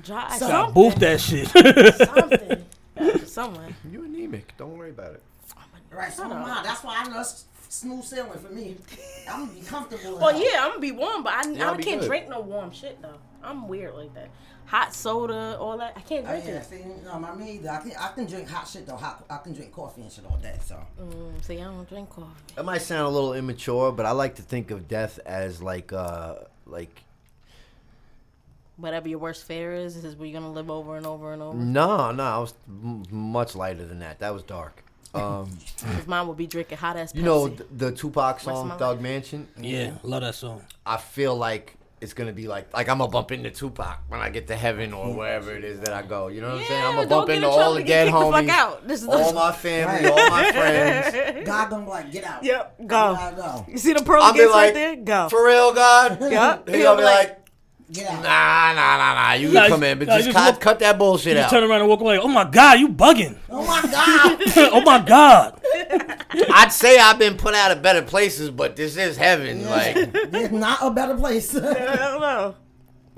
Speaker 1: Dry ice.
Speaker 3: Nah,
Speaker 1: Something.
Speaker 3: boof that shit.
Speaker 1: something. Somewhere.
Speaker 2: You anemic. Don't worry about it.
Speaker 4: Right, so am I. That's why I know s- smooth sailing for me. I'm gonna be comfortable. in
Speaker 1: Well,
Speaker 4: hell.
Speaker 1: yeah, I'm gonna be warm, but I,
Speaker 2: Yeah,
Speaker 1: I
Speaker 2: be
Speaker 1: can't
Speaker 2: good.
Speaker 1: drink no warm shit though. I'm weird like that. Hot soda, all that. I can't
Speaker 4: Oh,
Speaker 1: drink
Speaker 4: yeah,
Speaker 1: it.
Speaker 4: see, no, my me either. I can I can drink hot shit though. Hot, I can drink coffee and shit all day. So
Speaker 1: Mm, see, I don't drink coffee.
Speaker 2: That might sound a little immature, but I like to think of death as like uh like
Speaker 1: Whatever your worst fear is, is where you're gonna live over and over and over.
Speaker 2: no, no. I was m- much lighter than that. That was dark. Um,
Speaker 1: Because mine would be drinking hot ass. Pepsi.
Speaker 2: you know th- the Tupac
Speaker 1: my
Speaker 2: song Thug
Speaker 1: life.
Speaker 2: Mansion.
Speaker 3: yeah, love that song.
Speaker 2: I feel like it's gonna be like like I'm gonna bump into Tupac when I get to heaven or wherever it is that I go. You know what I'm saying? I'm
Speaker 1: Yeah,
Speaker 2: gonna
Speaker 1: don't
Speaker 2: bump
Speaker 1: get
Speaker 2: into
Speaker 1: in trouble
Speaker 2: all the
Speaker 1: and
Speaker 2: dead
Speaker 1: get kicked the fuck
Speaker 2: homies,
Speaker 1: out. This is-
Speaker 2: all my family, all my friends.
Speaker 4: God gonna be like, get out.
Speaker 1: Yep,
Speaker 4: Gotta
Speaker 1: go.
Speaker 4: go.
Speaker 1: You see the pearl
Speaker 2: I'll be
Speaker 1: gates
Speaker 2: like,
Speaker 1: right there? Go.
Speaker 2: for real, God.
Speaker 1: Yup.
Speaker 2: He gonna be like,
Speaker 4: Get out.
Speaker 2: nah, nah, nah, nah. You
Speaker 3: Nah,
Speaker 2: can come in, but
Speaker 3: nah,
Speaker 2: just
Speaker 3: just
Speaker 2: cut,
Speaker 3: look-
Speaker 2: cut that bullshit
Speaker 3: You
Speaker 2: out.
Speaker 3: turn around and walk away. Oh my god, you bugging.
Speaker 4: Oh my God.
Speaker 3: oh my god.
Speaker 2: I'd say I've been put out of better places, but this is heaven. Like,
Speaker 4: There's not a better place.
Speaker 1: I don't know.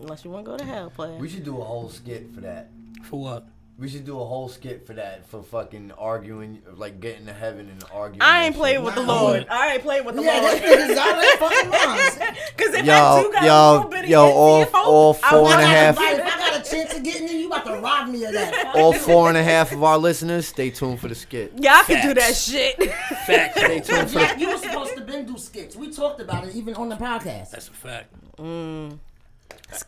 Speaker 1: Unless you want to go to hell, player.
Speaker 2: we should do a whole skit for that.
Speaker 3: For what?
Speaker 2: We should do a whole skit for that for fucking arguing, like getting to heaven and arguing.
Speaker 1: I
Speaker 2: and
Speaker 1: ain't
Speaker 2: shit.
Speaker 1: playing with the
Speaker 4: Nah.
Speaker 1: Lord. I ain't playing with the
Speaker 4: yeah,
Speaker 1: Lord.
Speaker 4: this nigga's out of their fucking minds.
Speaker 1: Because if I
Speaker 2: Yo,
Speaker 1: do got a little
Speaker 2: yo,
Speaker 1: bit of
Speaker 2: yo,
Speaker 1: hits in
Speaker 2: all,
Speaker 1: your phone,
Speaker 2: all
Speaker 1: I
Speaker 2: four
Speaker 1: want
Speaker 2: and a
Speaker 1: to
Speaker 2: half,
Speaker 4: Right, if I got a chance of getting in, you about to rob me of that.
Speaker 2: all four and a half of our listeners, stay tuned for the skit.
Speaker 1: Y'all can do that
Speaker 3: Facts.
Speaker 1: shit.
Speaker 3: Fact.
Speaker 2: Stay tuned for
Speaker 4: Jack,
Speaker 2: the,
Speaker 4: you were supposed to been do skits. We talked about it even on the podcast.
Speaker 3: That's a fact.
Speaker 1: Skibidi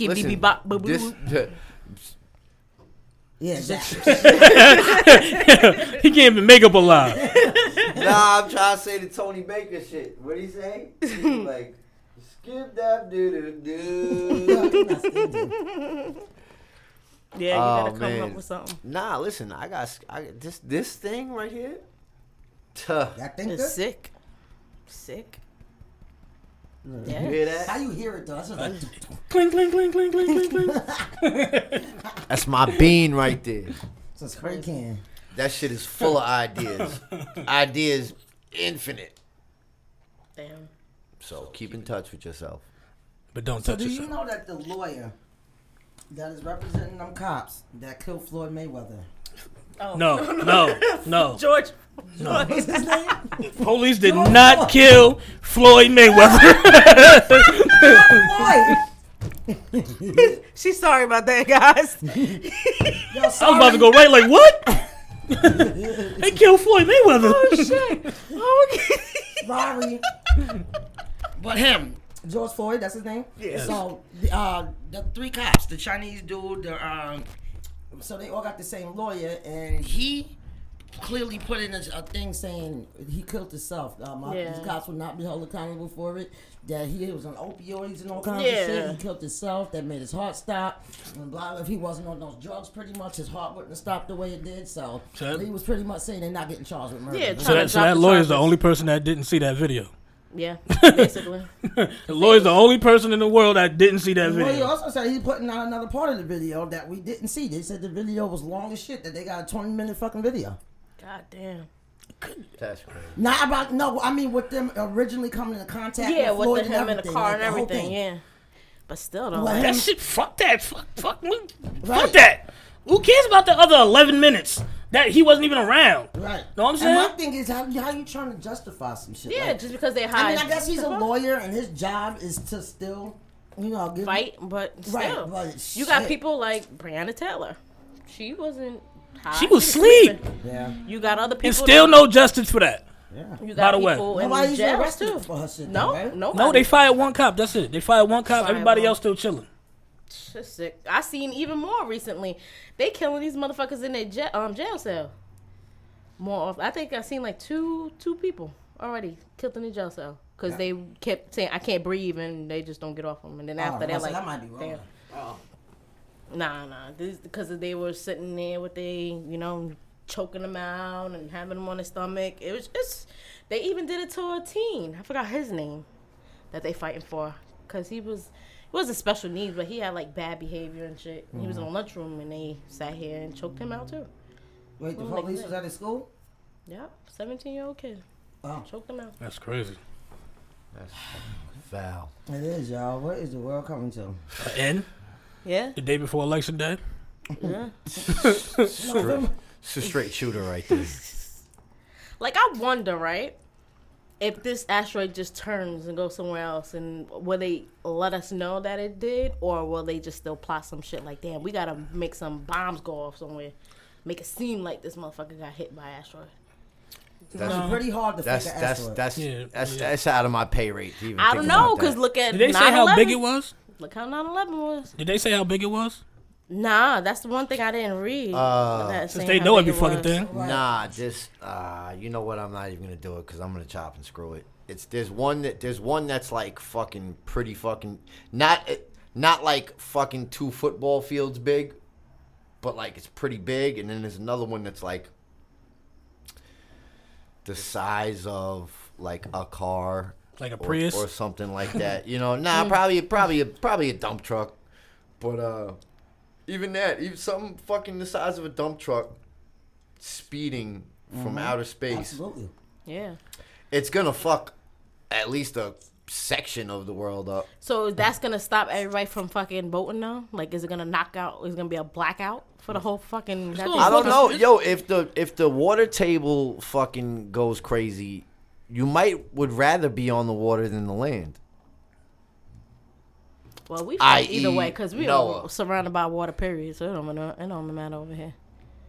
Speaker 2: listen,
Speaker 1: bop boo
Speaker 2: this,
Speaker 1: boo.
Speaker 4: Yeah, Jack.
Speaker 3: He can't even make up a lie.
Speaker 2: nah, I'm trying to say the Tony Baker shit. What would he say? He was like, skip that doo doo doo.
Speaker 1: Yeah, you
Speaker 2: Oh,
Speaker 1: gotta come up
Speaker 2: man.
Speaker 1: with something.
Speaker 2: Nah, listen, I got I, this this thing right here. Tuh.
Speaker 4: I think
Speaker 1: It's
Speaker 4: that.
Speaker 1: sick. Sick.
Speaker 2: You hear
Speaker 1: Yeah.
Speaker 4: How
Speaker 2: that?
Speaker 4: you hear it though? That's just like,
Speaker 3: Clink, clink, clink, clink, clink, clink, clink.
Speaker 2: That's my bean right there.
Speaker 4: it's a spray can.
Speaker 2: That shit is full of ideas. ideas infinite.
Speaker 1: Damn.
Speaker 2: So keep in touch with yourself.
Speaker 3: But don't
Speaker 4: So
Speaker 3: touch
Speaker 4: do you
Speaker 3: yourself.
Speaker 4: know that the lawyer that is representing them cops that killed Floyd Mayweather?
Speaker 1: Oh.
Speaker 3: No, no, no.
Speaker 1: George.
Speaker 4: What's his name?
Speaker 3: Police did
Speaker 4: No, no.
Speaker 3: not kill Floyd Mayweather.
Speaker 4: Floyd.
Speaker 1: She's sorry about that, guys.
Speaker 4: Yo,
Speaker 3: I was about to go right like what? they killed Floyd Mayweather.
Speaker 1: shit. Oh, okay.
Speaker 4: Sorry. but him. George Floyd, that's his name.
Speaker 1: Yes.
Speaker 4: So the, uh, the three cops, the Chinese dude, the um, so they all got the same lawyer, and he clearly put in a, a thing saying he killed himself. Um, I-
Speaker 1: Yeah.
Speaker 4: These cops will not be held accountable for it. That he was on opioids and all kinds of shit.
Speaker 1: Yeah.
Speaker 4: He killed himself. That made his heart stop. And blah. If he wasn't on those drugs, pretty much his heart wouldn't have stopped the way it did. So
Speaker 3: So-
Speaker 4: he was pretty much saying they're not getting charged with murder.
Speaker 1: Yeah,
Speaker 3: So that, so
Speaker 1: Tryna drop
Speaker 3: that
Speaker 1: the
Speaker 3: lawyer's the
Speaker 1: charges.
Speaker 3: only person that didn't see that video.
Speaker 1: Yeah, basically.
Speaker 3: The lawyer's the only person in the world that didn't see that
Speaker 4: Well, he
Speaker 3: video.
Speaker 4: also said he putting out another part of the video that we didn't see. They said the video was long as shit. That they got a twenty minute fucking video.
Speaker 1: God damn.
Speaker 2: That's crazy.
Speaker 4: Not about no. I mean, with them originally coming into contact.
Speaker 1: Yeah,
Speaker 4: with,
Speaker 1: with
Speaker 4: Floyd
Speaker 1: the, him in
Speaker 4: and
Speaker 1: the
Speaker 4: everything,
Speaker 1: car
Speaker 4: like,
Speaker 1: and
Speaker 4: the whole
Speaker 1: everything.
Speaker 4: thing.
Speaker 1: Yeah, but still though.
Speaker 4: Well,
Speaker 1: like,
Speaker 3: That shit, fuck that, fuck, fuck, me. fuck
Speaker 4: Right.
Speaker 3: that. Who cares about the other eleven minutes that he wasn't even around?
Speaker 4: Right.
Speaker 3: Know what I'm
Speaker 4: And my
Speaker 3: saying?
Speaker 4: thing is, how, how you trying to justify some shit?
Speaker 1: yeah,
Speaker 4: Like,
Speaker 1: just because they hide.
Speaker 4: I mean, I guess he's a
Speaker 1: Fuck.
Speaker 4: lawyer, and his job is to still, you know, give
Speaker 1: fight, but still,
Speaker 4: Right, but
Speaker 1: you got
Speaker 4: shit.
Speaker 1: people like Breonna Taylor. She wasn't. High.
Speaker 3: She was
Speaker 1: sleeping.
Speaker 4: Yeah.
Speaker 1: You got other people.
Speaker 3: And still
Speaker 1: that-
Speaker 3: no justice for that.
Speaker 4: Yeah.
Speaker 1: You got
Speaker 3: By the way.
Speaker 1: people in
Speaker 4: Nobody's
Speaker 1: jail
Speaker 4: arrested
Speaker 1: too.
Speaker 4: for her shit. though,
Speaker 1: No,
Speaker 4: right?
Speaker 1: no,
Speaker 3: No, they fired one cop. That's it. They fired one cop.
Speaker 1: Fired
Speaker 3: Everybody
Speaker 1: one.
Speaker 3: else still chilling.
Speaker 1: Shit's sick. I seen even more recently. They killing these motherfuckers in their jail, um, jail cell. More, of, I think I seen like two two people already killed in the jail cell because they kept saying I can't breathe and they just don't get off them. And then
Speaker 4: Oh,
Speaker 1: after
Speaker 4: I
Speaker 1: that,
Speaker 4: said,
Speaker 1: like
Speaker 4: that might be wrong.
Speaker 1: damn. Nah, nah. This because they were sitting there with they, you know, choking them out and having them on their stomach. It was just they even did it to a teen. I forgot his name that they fighting for because he was he wasn't special needs, but he had like bad behavior and shit. He was in a lunchroom and they sat here and choked him out too.
Speaker 4: Wait, the
Speaker 1: Well, like
Speaker 4: police
Speaker 1: that.
Speaker 4: was at his school.
Speaker 1: Yep, seventeen year old kid
Speaker 4: Oh,
Speaker 1: choked him out.
Speaker 3: That's crazy.
Speaker 2: That's foul.
Speaker 4: it is, y'all. What is the world coming to?
Speaker 3: And
Speaker 1: Yeah,
Speaker 3: the day before election day.
Speaker 1: yeah.
Speaker 2: Straight, it's a straight shooter right there.
Speaker 1: Like I wonder, right? If this asteroid just turns and goes somewhere else, and will they let us know that it did, or will they just still plot some shit like, damn, we gotta make some bombs go off somewhere, make it seem like this motherfucker got hit by an asteroid.
Speaker 2: That's
Speaker 4: It's pretty hard to
Speaker 2: that's
Speaker 4: fake an
Speaker 2: that's
Speaker 4: asteroid.
Speaker 2: that's
Speaker 3: Yeah,
Speaker 2: that's,
Speaker 3: yeah.
Speaker 2: that's out of my pay rate. to even
Speaker 1: I
Speaker 2: think
Speaker 1: don't
Speaker 2: about
Speaker 1: know,
Speaker 2: that.
Speaker 1: cause look at
Speaker 3: Did they say how big it
Speaker 1: 9/11.
Speaker 3: was?
Speaker 1: Look how 9/11 was.
Speaker 3: Did they say how big it was?
Speaker 1: Nah, that's the one thing I didn't read.
Speaker 2: Uh,
Speaker 1: That saying
Speaker 3: Since they
Speaker 1: how
Speaker 3: know
Speaker 1: big
Speaker 3: every
Speaker 1: it
Speaker 3: fucking
Speaker 1: was.
Speaker 3: thing.
Speaker 2: Nah, just uh, you know what? I'm not even gonna do it because I'm gonna chop and screw it. It's there's one that there's one that's like fucking pretty fucking not eh, not like fucking two football fields big, but like it's pretty big. And then there's another one that's like the size of like a car,
Speaker 3: Like a
Speaker 2: or-
Speaker 3: Prius? Hmm.
Speaker 2: or, something like that. You know, nah, probably probably a, probably a dump truck, but uh, even that, even something fucking the size of a dump truck speeding
Speaker 3: Mm-hmm.
Speaker 2: from outer space,
Speaker 4: Absolutely.
Speaker 1: Yeah.
Speaker 2: it's gonna fuck at least a section of the world up.
Speaker 1: So that's gonna stop everybody from fucking voting now. Like, is it gonna knock out? Is it gonna be a blackout for the whole fucking? that
Speaker 3: gonna
Speaker 1: thing?
Speaker 2: I don't
Speaker 3: fucking-
Speaker 2: know, yo. If the if the water table fucking goes crazy, you might would rather be on the water than the land.
Speaker 1: Well, we fucked
Speaker 2: i.e.
Speaker 1: either way because we
Speaker 2: Noah.
Speaker 1: are surrounded by water. Period. So it don't matter. It don't matter over here.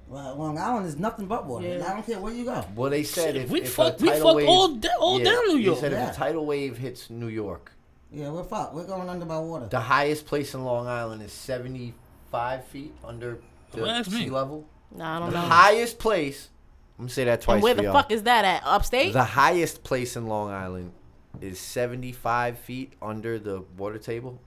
Speaker 4: Well, Long Island is nothing but water.
Speaker 1: Yeah.
Speaker 4: And I don't care where you go.
Speaker 2: Well, they said if,
Speaker 3: we
Speaker 2: if a
Speaker 3: fuck- we
Speaker 2: tidal
Speaker 3: fuck
Speaker 2: wave-
Speaker 3: all da- all down New
Speaker 2: they
Speaker 3: York.
Speaker 2: said
Speaker 4: Yeah.
Speaker 2: if a tidal wave hits New York,
Speaker 4: Yeah, we're fucked. We're going under by water.
Speaker 2: the highest place in Long Island is seventy five feet under the
Speaker 3: Well, that's
Speaker 2: sea
Speaker 3: me.
Speaker 2: level.
Speaker 1: No, I don't
Speaker 2: The
Speaker 1: know.
Speaker 2: highest place. I'm gonna say that twice.
Speaker 1: And where
Speaker 2: for
Speaker 1: the
Speaker 2: y'all.
Speaker 1: fuck is that at? Upstate?
Speaker 2: The highest place in Long Island is 75 feet under the water table.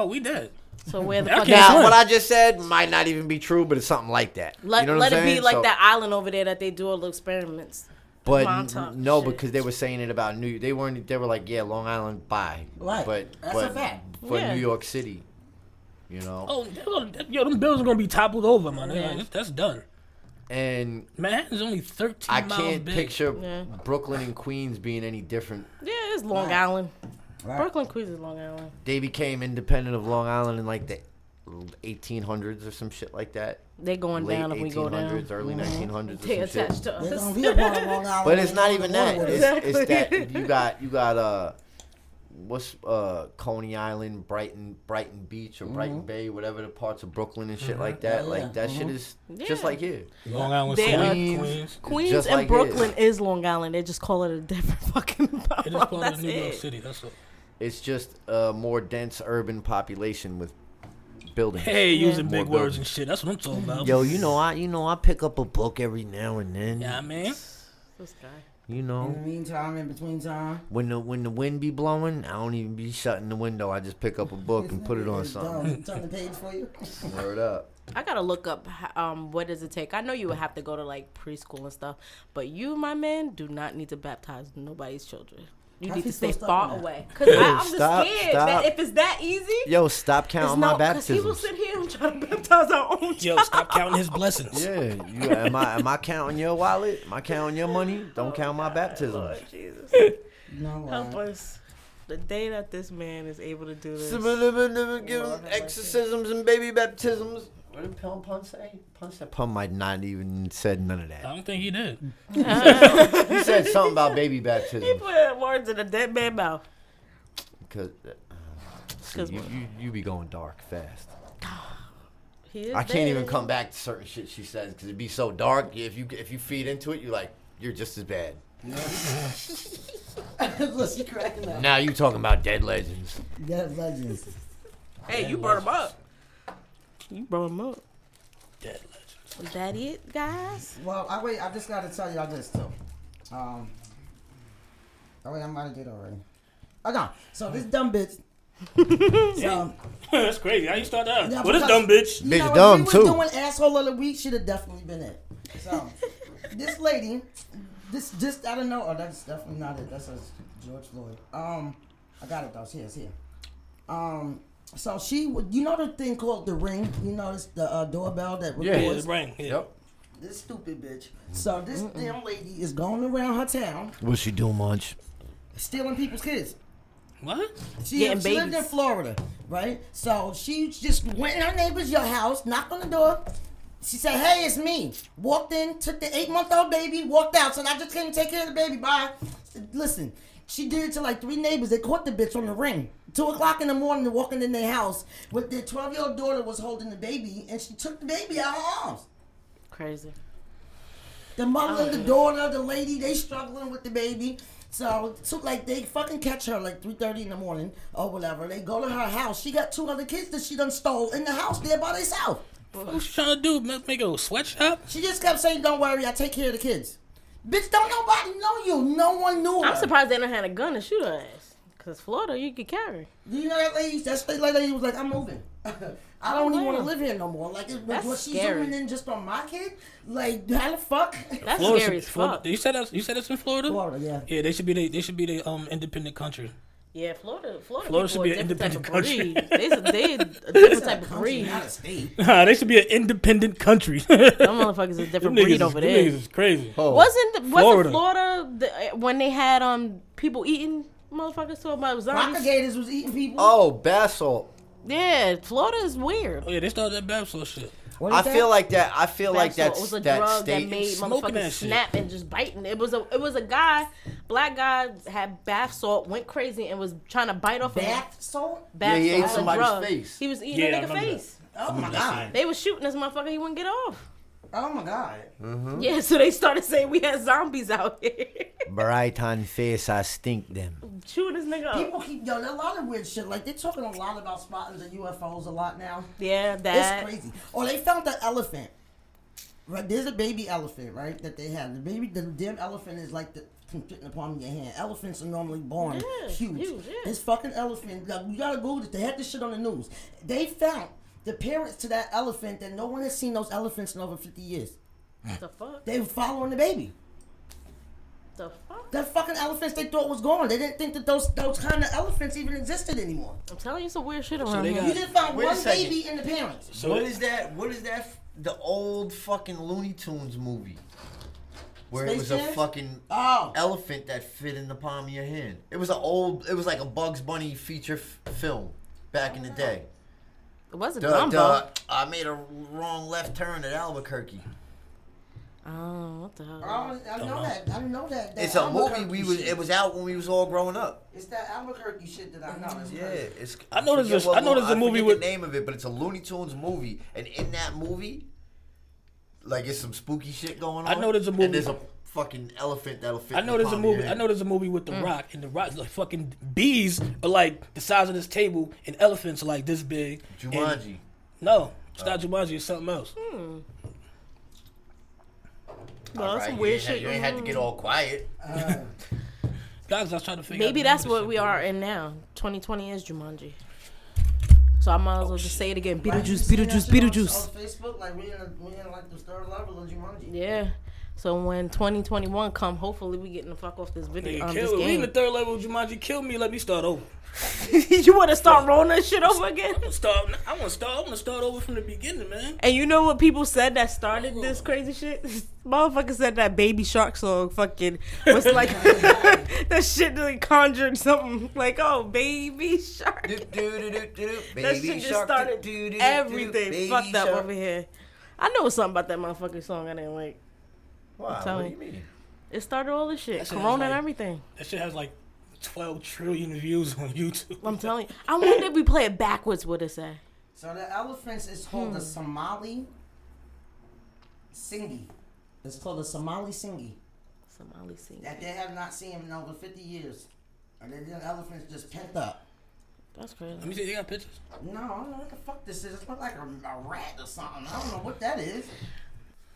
Speaker 3: Oh, we dead.
Speaker 1: so where the
Speaker 3: That
Speaker 1: fuck?
Speaker 3: can't
Speaker 1: is
Speaker 2: Now,
Speaker 3: Sure.
Speaker 2: what I just said might not even be true, but it's something like that.
Speaker 1: Let,
Speaker 2: you know what
Speaker 1: let
Speaker 2: I'm
Speaker 1: it be
Speaker 2: saying?
Speaker 1: like
Speaker 2: So-
Speaker 1: that island over there that they do all the experiments.
Speaker 2: But
Speaker 1: Montauk
Speaker 2: n- no,
Speaker 1: shit.
Speaker 2: because they were saying it about New. They weren't. They were like, yeah, Long Island, bye.
Speaker 4: Right.
Speaker 2: But
Speaker 4: That's
Speaker 2: but
Speaker 4: a fact.
Speaker 2: for
Speaker 1: Yeah.
Speaker 2: New York City, you know,
Speaker 3: Oh, they're gonna- yo, them bills are gonna be toppled over, man. They're like, that's done.
Speaker 2: and
Speaker 3: Manhattan's only thirteen
Speaker 2: I
Speaker 3: miles
Speaker 2: can't
Speaker 3: big.
Speaker 2: picture
Speaker 1: Yeah.
Speaker 2: Brooklyn and Queens being any different.
Speaker 1: Yeah, it's Long
Speaker 4: Right.
Speaker 1: Island.
Speaker 4: Right.
Speaker 1: Brooklyn, Queens is Long Island.
Speaker 2: They became independent of Long Island in like the 1800s or some shit like that.
Speaker 1: They going
Speaker 2: Late
Speaker 1: down if we go down. Mm-hmm.
Speaker 2: 1800s, early 1900s.
Speaker 1: They
Speaker 2: Or some shit.
Speaker 1: attached to
Speaker 4: They're gonna
Speaker 1: us.
Speaker 4: be a part of Long Island.
Speaker 2: But it's
Speaker 4: We're
Speaker 2: not
Speaker 4: going
Speaker 2: even
Speaker 4: under
Speaker 2: that.
Speaker 4: water.
Speaker 2: It's, it's
Speaker 1: Exactly.
Speaker 2: that you got you got uh what's uh Coney Island, Brighton, Brighton Beach or
Speaker 1: Mm-hmm.
Speaker 2: Brighton Bay, whatever the parts of Brooklyn and shit like that.
Speaker 4: Yeah, yeah.
Speaker 2: Like that shit is just
Speaker 1: Yeah.
Speaker 2: like here.
Speaker 3: Long Island,
Speaker 1: They are-
Speaker 3: Queens. Queens.
Speaker 1: Queens
Speaker 2: Just
Speaker 1: and
Speaker 2: like it.
Speaker 1: Brooklyn is. Long Island. They just call it a different fucking
Speaker 3: It is
Speaker 1: borough.
Speaker 3: part of
Speaker 1: That's
Speaker 3: New York
Speaker 1: it.
Speaker 3: City. That's all.
Speaker 2: It's just a more dense urban population with buildings.
Speaker 3: Hey, using
Speaker 2: More
Speaker 3: big words
Speaker 2: buildings.
Speaker 3: and shit. That's what I'm talking about.
Speaker 2: Yo, you know I, you know I pick up a book every now and then.
Speaker 3: Yeah, man.
Speaker 1: This guy.
Speaker 2: You
Speaker 4: In the
Speaker 2: know,
Speaker 4: meantime, in between time,
Speaker 2: when the when the wind be blowing, I don't even be shutting the window. I just pick up a book and put it on
Speaker 4: it's
Speaker 2: something.
Speaker 4: done. Turn the page for you.
Speaker 2: Word up.
Speaker 1: I gotta look up h- um, what does it take. I know you would have to go to like preschool and stuff, but you, my man, do not need to baptize nobody's children. You
Speaker 4: I
Speaker 1: need to
Speaker 4: feel
Speaker 1: stay
Speaker 4: so stuck
Speaker 1: far
Speaker 4: on that.
Speaker 1: away. Cause I, I'm just
Speaker 2: stop,
Speaker 1: scared
Speaker 2: stop.
Speaker 1: that if it's that easy,
Speaker 2: Yo, stop
Speaker 1: it's
Speaker 2: counting my
Speaker 1: not. Cause people
Speaker 2: baptisms.
Speaker 1: sit here and try to baptize our own.
Speaker 3: Yo, stop counting his blessings.
Speaker 2: Yeah, you, am I am I counting your wallet? Am I counting your money? Don't count my baptisms.
Speaker 1: Lord Jesus,
Speaker 4: No,
Speaker 1: help
Speaker 4: uh,
Speaker 1: us. The day that this man is able to do this,
Speaker 2: Exorcisms and baby baptisms. What did Pum Pun say? Pun said Pun might not even said none of
Speaker 3: I
Speaker 2: that.
Speaker 3: don't think he did.
Speaker 2: He said something about baby
Speaker 1: he
Speaker 2: baptisms.
Speaker 1: put words in a dead man's mouth.
Speaker 2: Cause, uh, see,
Speaker 1: 'Cause
Speaker 2: you,
Speaker 1: what?
Speaker 2: you, you be going dark fast.
Speaker 1: He is
Speaker 2: I can't even
Speaker 1: dead.
Speaker 2: come back to certain shit she says because it'd be so dark. If you if you feed into it, you're like you're just as bad.
Speaker 4: look, she cracking up.
Speaker 2: Now you talking about dead legends.
Speaker 4: Dead legends.
Speaker 1: Hey, you brought him up. You brought him up.
Speaker 3: Dead legend.
Speaker 1: Is that it, guys?
Speaker 4: Well, I wait. I just got to tell y'all this too. Um. Oh wait, I might have did already. Okay, so this dumb bitch. um, so,
Speaker 3: That's crazy. How you start that?
Speaker 4: Yeah,
Speaker 3: What is
Speaker 4: because-
Speaker 3: dumb bitch?
Speaker 4: you
Speaker 2: Bitch
Speaker 4: know,
Speaker 2: dumb,
Speaker 4: if we
Speaker 2: too.
Speaker 4: was doing asshole of the week, should have definitely been it. So, this lady, this just I don't know. Oh, that's definitely not it. That's a George Floyd. Um, I got it though. She is here. Um, so she, would- you know the thing called the ring. You know it's the uh, doorbell that
Speaker 2: Yeah.
Speaker 3: Yeah,
Speaker 4: records.
Speaker 3: the brain. Yeah.
Speaker 4: This stupid bitch. So this damn lady is going around her town
Speaker 2: What's she doing, Munch?
Speaker 4: stealing people's kids.
Speaker 3: What?
Speaker 4: She,
Speaker 1: Getting
Speaker 4: she lived in
Speaker 1: babies.
Speaker 4: Florida, right? So she just went in her neighbor's your house, knocked on the door. She said, "Hey, it's me." Walked in, took the eight-month-old baby, walked out. Said, "I just came to take care of the baby." Bye. Listen, she did it to like three neighbors. They caught the bitch on the ring. Two o'clock in the morning, they're walking in their house with their twelve-year-old daughter was holding the baby, and she took the baby out of her arms.
Speaker 1: Crazy.
Speaker 4: The mother,
Speaker 1: Oh.
Speaker 4: the daughter, the lady, they struggling with the baby. So, so like they fucking catch her like three thirty in the morning or whatever. They go to her house. She got two other kids that she done stole in the house there by herself.
Speaker 3: What you trying to do? Make, make a sweatshop?
Speaker 4: She just kept saying, "Don't worry, I take care of the kids." Bitch, don't nobody know you. No one knew her.
Speaker 1: I'm surprised they don't have a gun to shoot her ass. Cause Florida, you could carry.
Speaker 4: You know that lady? That straight lady was like, "I'm moving. I don't even want to
Speaker 1: Wow.
Speaker 4: live here no more." Like, it,
Speaker 1: That's
Speaker 4: was she
Speaker 1: scary.
Speaker 4: zooming in just on my kid? Like, how the fuck?
Speaker 1: That's scary as
Speaker 3: Florida-
Speaker 1: fuck.
Speaker 3: You said that's you said that's in Florida.
Speaker 4: Florida, yeah.
Speaker 3: Yeah, they should be the, they should be the um independent country.
Speaker 1: Yeah, Florida, Florida,
Speaker 3: Florida
Speaker 1: Florida
Speaker 3: should
Speaker 1: should
Speaker 3: be
Speaker 1: be
Speaker 3: an
Speaker 1: independent type of
Speaker 3: independent
Speaker 1: breed. They a, they a different type of
Speaker 4: Country,
Speaker 1: breed.
Speaker 4: not a state.
Speaker 3: Nah, they should be an independent country. Them
Speaker 1: Them motherfuckers a different
Speaker 3: niggas
Speaker 1: breed
Speaker 3: is-
Speaker 1: over
Speaker 3: them
Speaker 1: there.
Speaker 3: niggas is crazy.
Speaker 2: Oh.
Speaker 1: Wasn't the- wasn't
Speaker 3: Florida.
Speaker 1: Florida, the, when they had um people eating motherfuckers talking about
Speaker 4: Rocker
Speaker 1: zombies?
Speaker 4: Gators was eating people.
Speaker 2: Oh, basalt.
Speaker 1: Yeah, Florida is weird.
Speaker 3: Oh yeah, they started that Babsel shit.
Speaker 4: What is
Speaker 2: I
Speaker 4: that?
Speaker 2: feel like that. I feel like
Speaker 1: That's what-
Speaker 2: that's
Speaker 1: it was a
Speaker 2: that
Speaker 1: drug
Speaker 2: state.
Speaker 1: that made
Speaker 3: Smoking
Speaker 1: motherfuckers
Speaker 3: that shit.
Speaker 1: snap and just biting. It was a it was a guy, black guy had bath salt, went crazy and was trying to bite off a
Speaker 4: bath salt.
Speaker 1: bath
Speaker 2: Yeah, he ate
Speaker 1: salt, a
Speaker 2: somebody's
Speaker 1: drug.
Speaker 2: face.
Speaker 1: He was eating
Speaker 3: Yeah, I
Speaker 1: a nigga
Speaker 3: remember that.
Speaker 1: face.
Speaker 4: Oh my god.
Speaker 1: They was shooting this motherfucker. He wouldn't get off.
Speaker 4: Oh my god.
Speaker 1: Yeah, so they started saying we had zombies out here
Speaker 2: Bright on face, I stink them.
Speaker 1: shooting this nigga up.
Speaker 4: People keep yo, there are a lot of weird shit. Like they're talking a lot about spottings and UFOs a lot now.
Speaker 1: Yeah,
Speaker 4: It's
Speaker 1: that.
Speaker 4: crazy. Or they found the elephant. Right, there's a baby elephant, right? That they have. The baby, the damn elephant is like the fitting the palm of your hand. Elephants are normally born
Speaker 1: Yeah,
Speaker 4: huge.
Speaker 1: huge, yeah.
Speaker 4: This fucking elephant, like, you gotta Google this. They had this shit on the news. They found the parents to that elephant that no one has seen those elephants in over 50 years.
Speaker 1: The fuck?
Speaker 4: They were following the baby.
Speaker 1: The fuck?
Speaker 4: The fucking elephants they thought was gone. They didn't think that those those kind of elephants even existed anymore.
Speaker 1: I'm telling you some weird shit around
Speaker 3: they
Speaker 1: here.
Speaker 4: You
Speaker 3: got-
Speaker 4: just found
Speaker 2: Wait a
Speaker 4: one
Speaker 2: second.
Speaker 4: baby and the parents.
Speaker 3: So
Speaker 2: What is that? What is that? f- The old fucking Looney Tunes movie where it
Speaker 4: Space
Speaker 2: was a
Speaker 4: Jam?
Speaker 2: fucking
Speaker 4: Oh,
Speaker 2: elephant that fit in the palm of your hand. It was an old. It was like a Bugs Bunny feature f- film back in the day.
Speaker 1: It wasn't
Speaker 2: Duh,
Speaker 1: Dumbo.
Speaker 2: duh, I made a wrong left turn at Albuquerque.
Speaker 1: Oh, what the hell?
Speaker 4: oh I know that. I know that. that
Speaker 2: It's a movie
Speaker 4: Albuquerque
Speaker 2: we was.
Speaker 4: shit.
Speaker 2: It was out when we was all growing up.
Speaker 4: It's that Albuquerque shit that I know. It's
Speaker 2: Yeah,
Speaker 4: crazy.
Speaker 2: it's.
Speaker 3: I know there's
Speaker 2: forget
Speaker 3: a-
Speaker 2: what
Speaker 3: I know
Speaker 2: lo-
Speaker 3: there's a movie
Speaker 2: forget
Speaker 3: with-
Speaker 2: the name of it, but it's a Looney Tunes movie, and in that movie, like it's some spooky shit going on.
Speaker 3: I know there's a movie-
Speaker 2: And there's a fucking elephant that'll fit.
Speaker 3: I
Speaker 2: in
Speaker 3: know
Speaker 2: the
Speaker 3: there's a
Speaker 2: palm of your
Speaker 3: movie. I
Speaker 2: hand.
Speaker 3: know there's a movie with The
Speaker 1: Mm.
Speaker 3: Rock, and The Rock's like fucking bees are like the size of this table, and elephants are like this big. and-
Speaker 2: Jumanji.
Speaker 3: No, it's not Jumanji. It's something else.
Speaker 1: Mm. Well, that's
Speaker 5: Alright,
Speaker 1: some
Speaker 5: you
Speaker 1: weird
Speaker 5: ain't had-
Speaker 1: shit.
Speaker 5: You ain't had to get all quiet.
Speaker 4: Uh,
Speaker 3: Guys, I was trying to figure. out
Speaker 1: Maybe
Speaker 3: the
Speaker 1: that's
Speaker 3: name of
Speaker 1: what we are in now. 2020 is Jumanji. So I might as well just say it again. Beetlejuice, Beetlejuice, Beetlejuice.
Speaker 4: On Facebook, like we in, a, we in like the third level of Jumanji.
Speaker 1: Yeah. So when 2021 come, hopefully we getting the fuck off this
Speaker 3: shit.
Speaker 1: video.
Speaker 3: Nigga,
Speaker 1: Um, this
Speaker 3: kill me. We in the
Speaker 1: game.
Speaker 3: third level of Jumanji. Kill me. Let me start over.
Speaker 1: you want to start rolling that shit over again?
Speaker 3: Start. I want to start. I want to start over from the beginning, man.
Speaker 1: And you know what people said that started this crazy shit? Motherfucker said that Baby Shark song fucking was like that shit like conjured something like oh Baby Shark. That shit just started everything fucked up over here. I know something about that motherfucking song I didn't like.
Speaker 5: Wow,
Speaker 1: telling
Speaker 5: what do you mean?
Speaker 1: It started all this shit,
Speaker 3: That shit was
Speaker 1: Corona and
Speaker 3: like-
Speaker 1: everything.
Speaker 3: That shit has like 12 trillion views on YouTube.
Speaker 1: I'm telling you, I wonder if we play it backwards. What it say?
Speaker 4: So the elephants is called
Speaker 1: Hmm.
Speaker 4: the Somali Singi. It's called the Somali Singi.
Speaker 1: Somali sing.
Speaker 4: That they have not seen in over 50 years. And then the elephants just pent up.
Speaker 1: That's crazy.
Speaker 3: Let me see. They got pictures.
Speaker 4: No, I don't know what the fuck this is. It looks like a, a rat or something. I don't know what that is.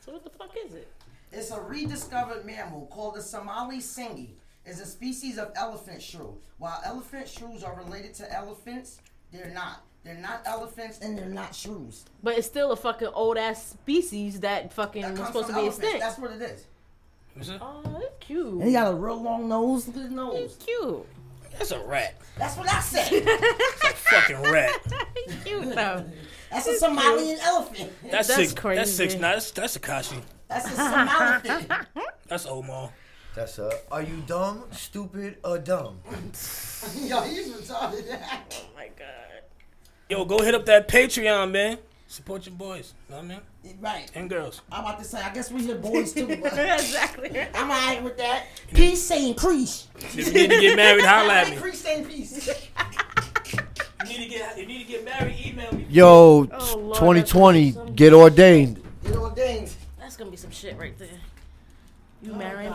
Speaker 1: So what the fuck is it?
Speaker 4: It's a rediscovered mammal called the Somali Singi. It's a species of elephant shrew. While elephant shrews are related to elephants, they're not. They're not elephants and they're not shrews.
Speaker 1: But it's still a fucking old ass species that fucking
Speaker 4: That
Speaker 1: was
Speaker 4: comes
Speaker 1: supposed to
Speaker 4: from
Speaker 1: be
Speaker 4: elephants.
Speaker 1: extinct.
Speaker 4: That's what it is.
Speaker 3: What's that?
Speaker 1: Oh, that's cute.
Speaker 4: And he got a real long nose. Look at his
Speaker 1: He's
Speaker 4: nose.
Speaker 1: cute.
Speaker 3: That's a rat.
Speaker 4: That's what I said.
Speaker 3: Fucking rat.
Speaker 1: He's cute though.
Speaker 4: That's a Somalian elephant.
Speaker 3: That's,
Speaker 1: That's
Speaker 3: six.
Speaker 1: crazy.
Speaker 3: That's six. Nah, that's that's Akashi.
Speaker 4: That's a Somali
Speaker 3: That's Omar.
Speaker 5: That's a. Are you dumb, stupid, or dumb?
Speaker 4: Yo, he's retarded.
Speaker 1: Oh my god.
Speaker 3: Yo, go hit up that Patreon, man. Support your boys. Know what I mean?
Speaker 4: right.
Speaker 3: And girls.
Speaker 4: I'm about to say, I guess we the boys too. but
Speaker 1: exactly.
Speaker 4: I'm all right with that. Peace saying crease.
Speaker 3: If you need to get married, holla at me.
Speaker 4: Crease saying peace.
Speaker 3: If you need to get, if you need to get married, email me.
Speaker 2: Yo,
Speaker 1: Oh, Lord,
Speaker 2: 2020,
Speaker 1: that's awesome.
Speaker 2: get ordained.
Speaker 4: It ordained.
Speaker 1: That's gonna be some shit right there. You marrying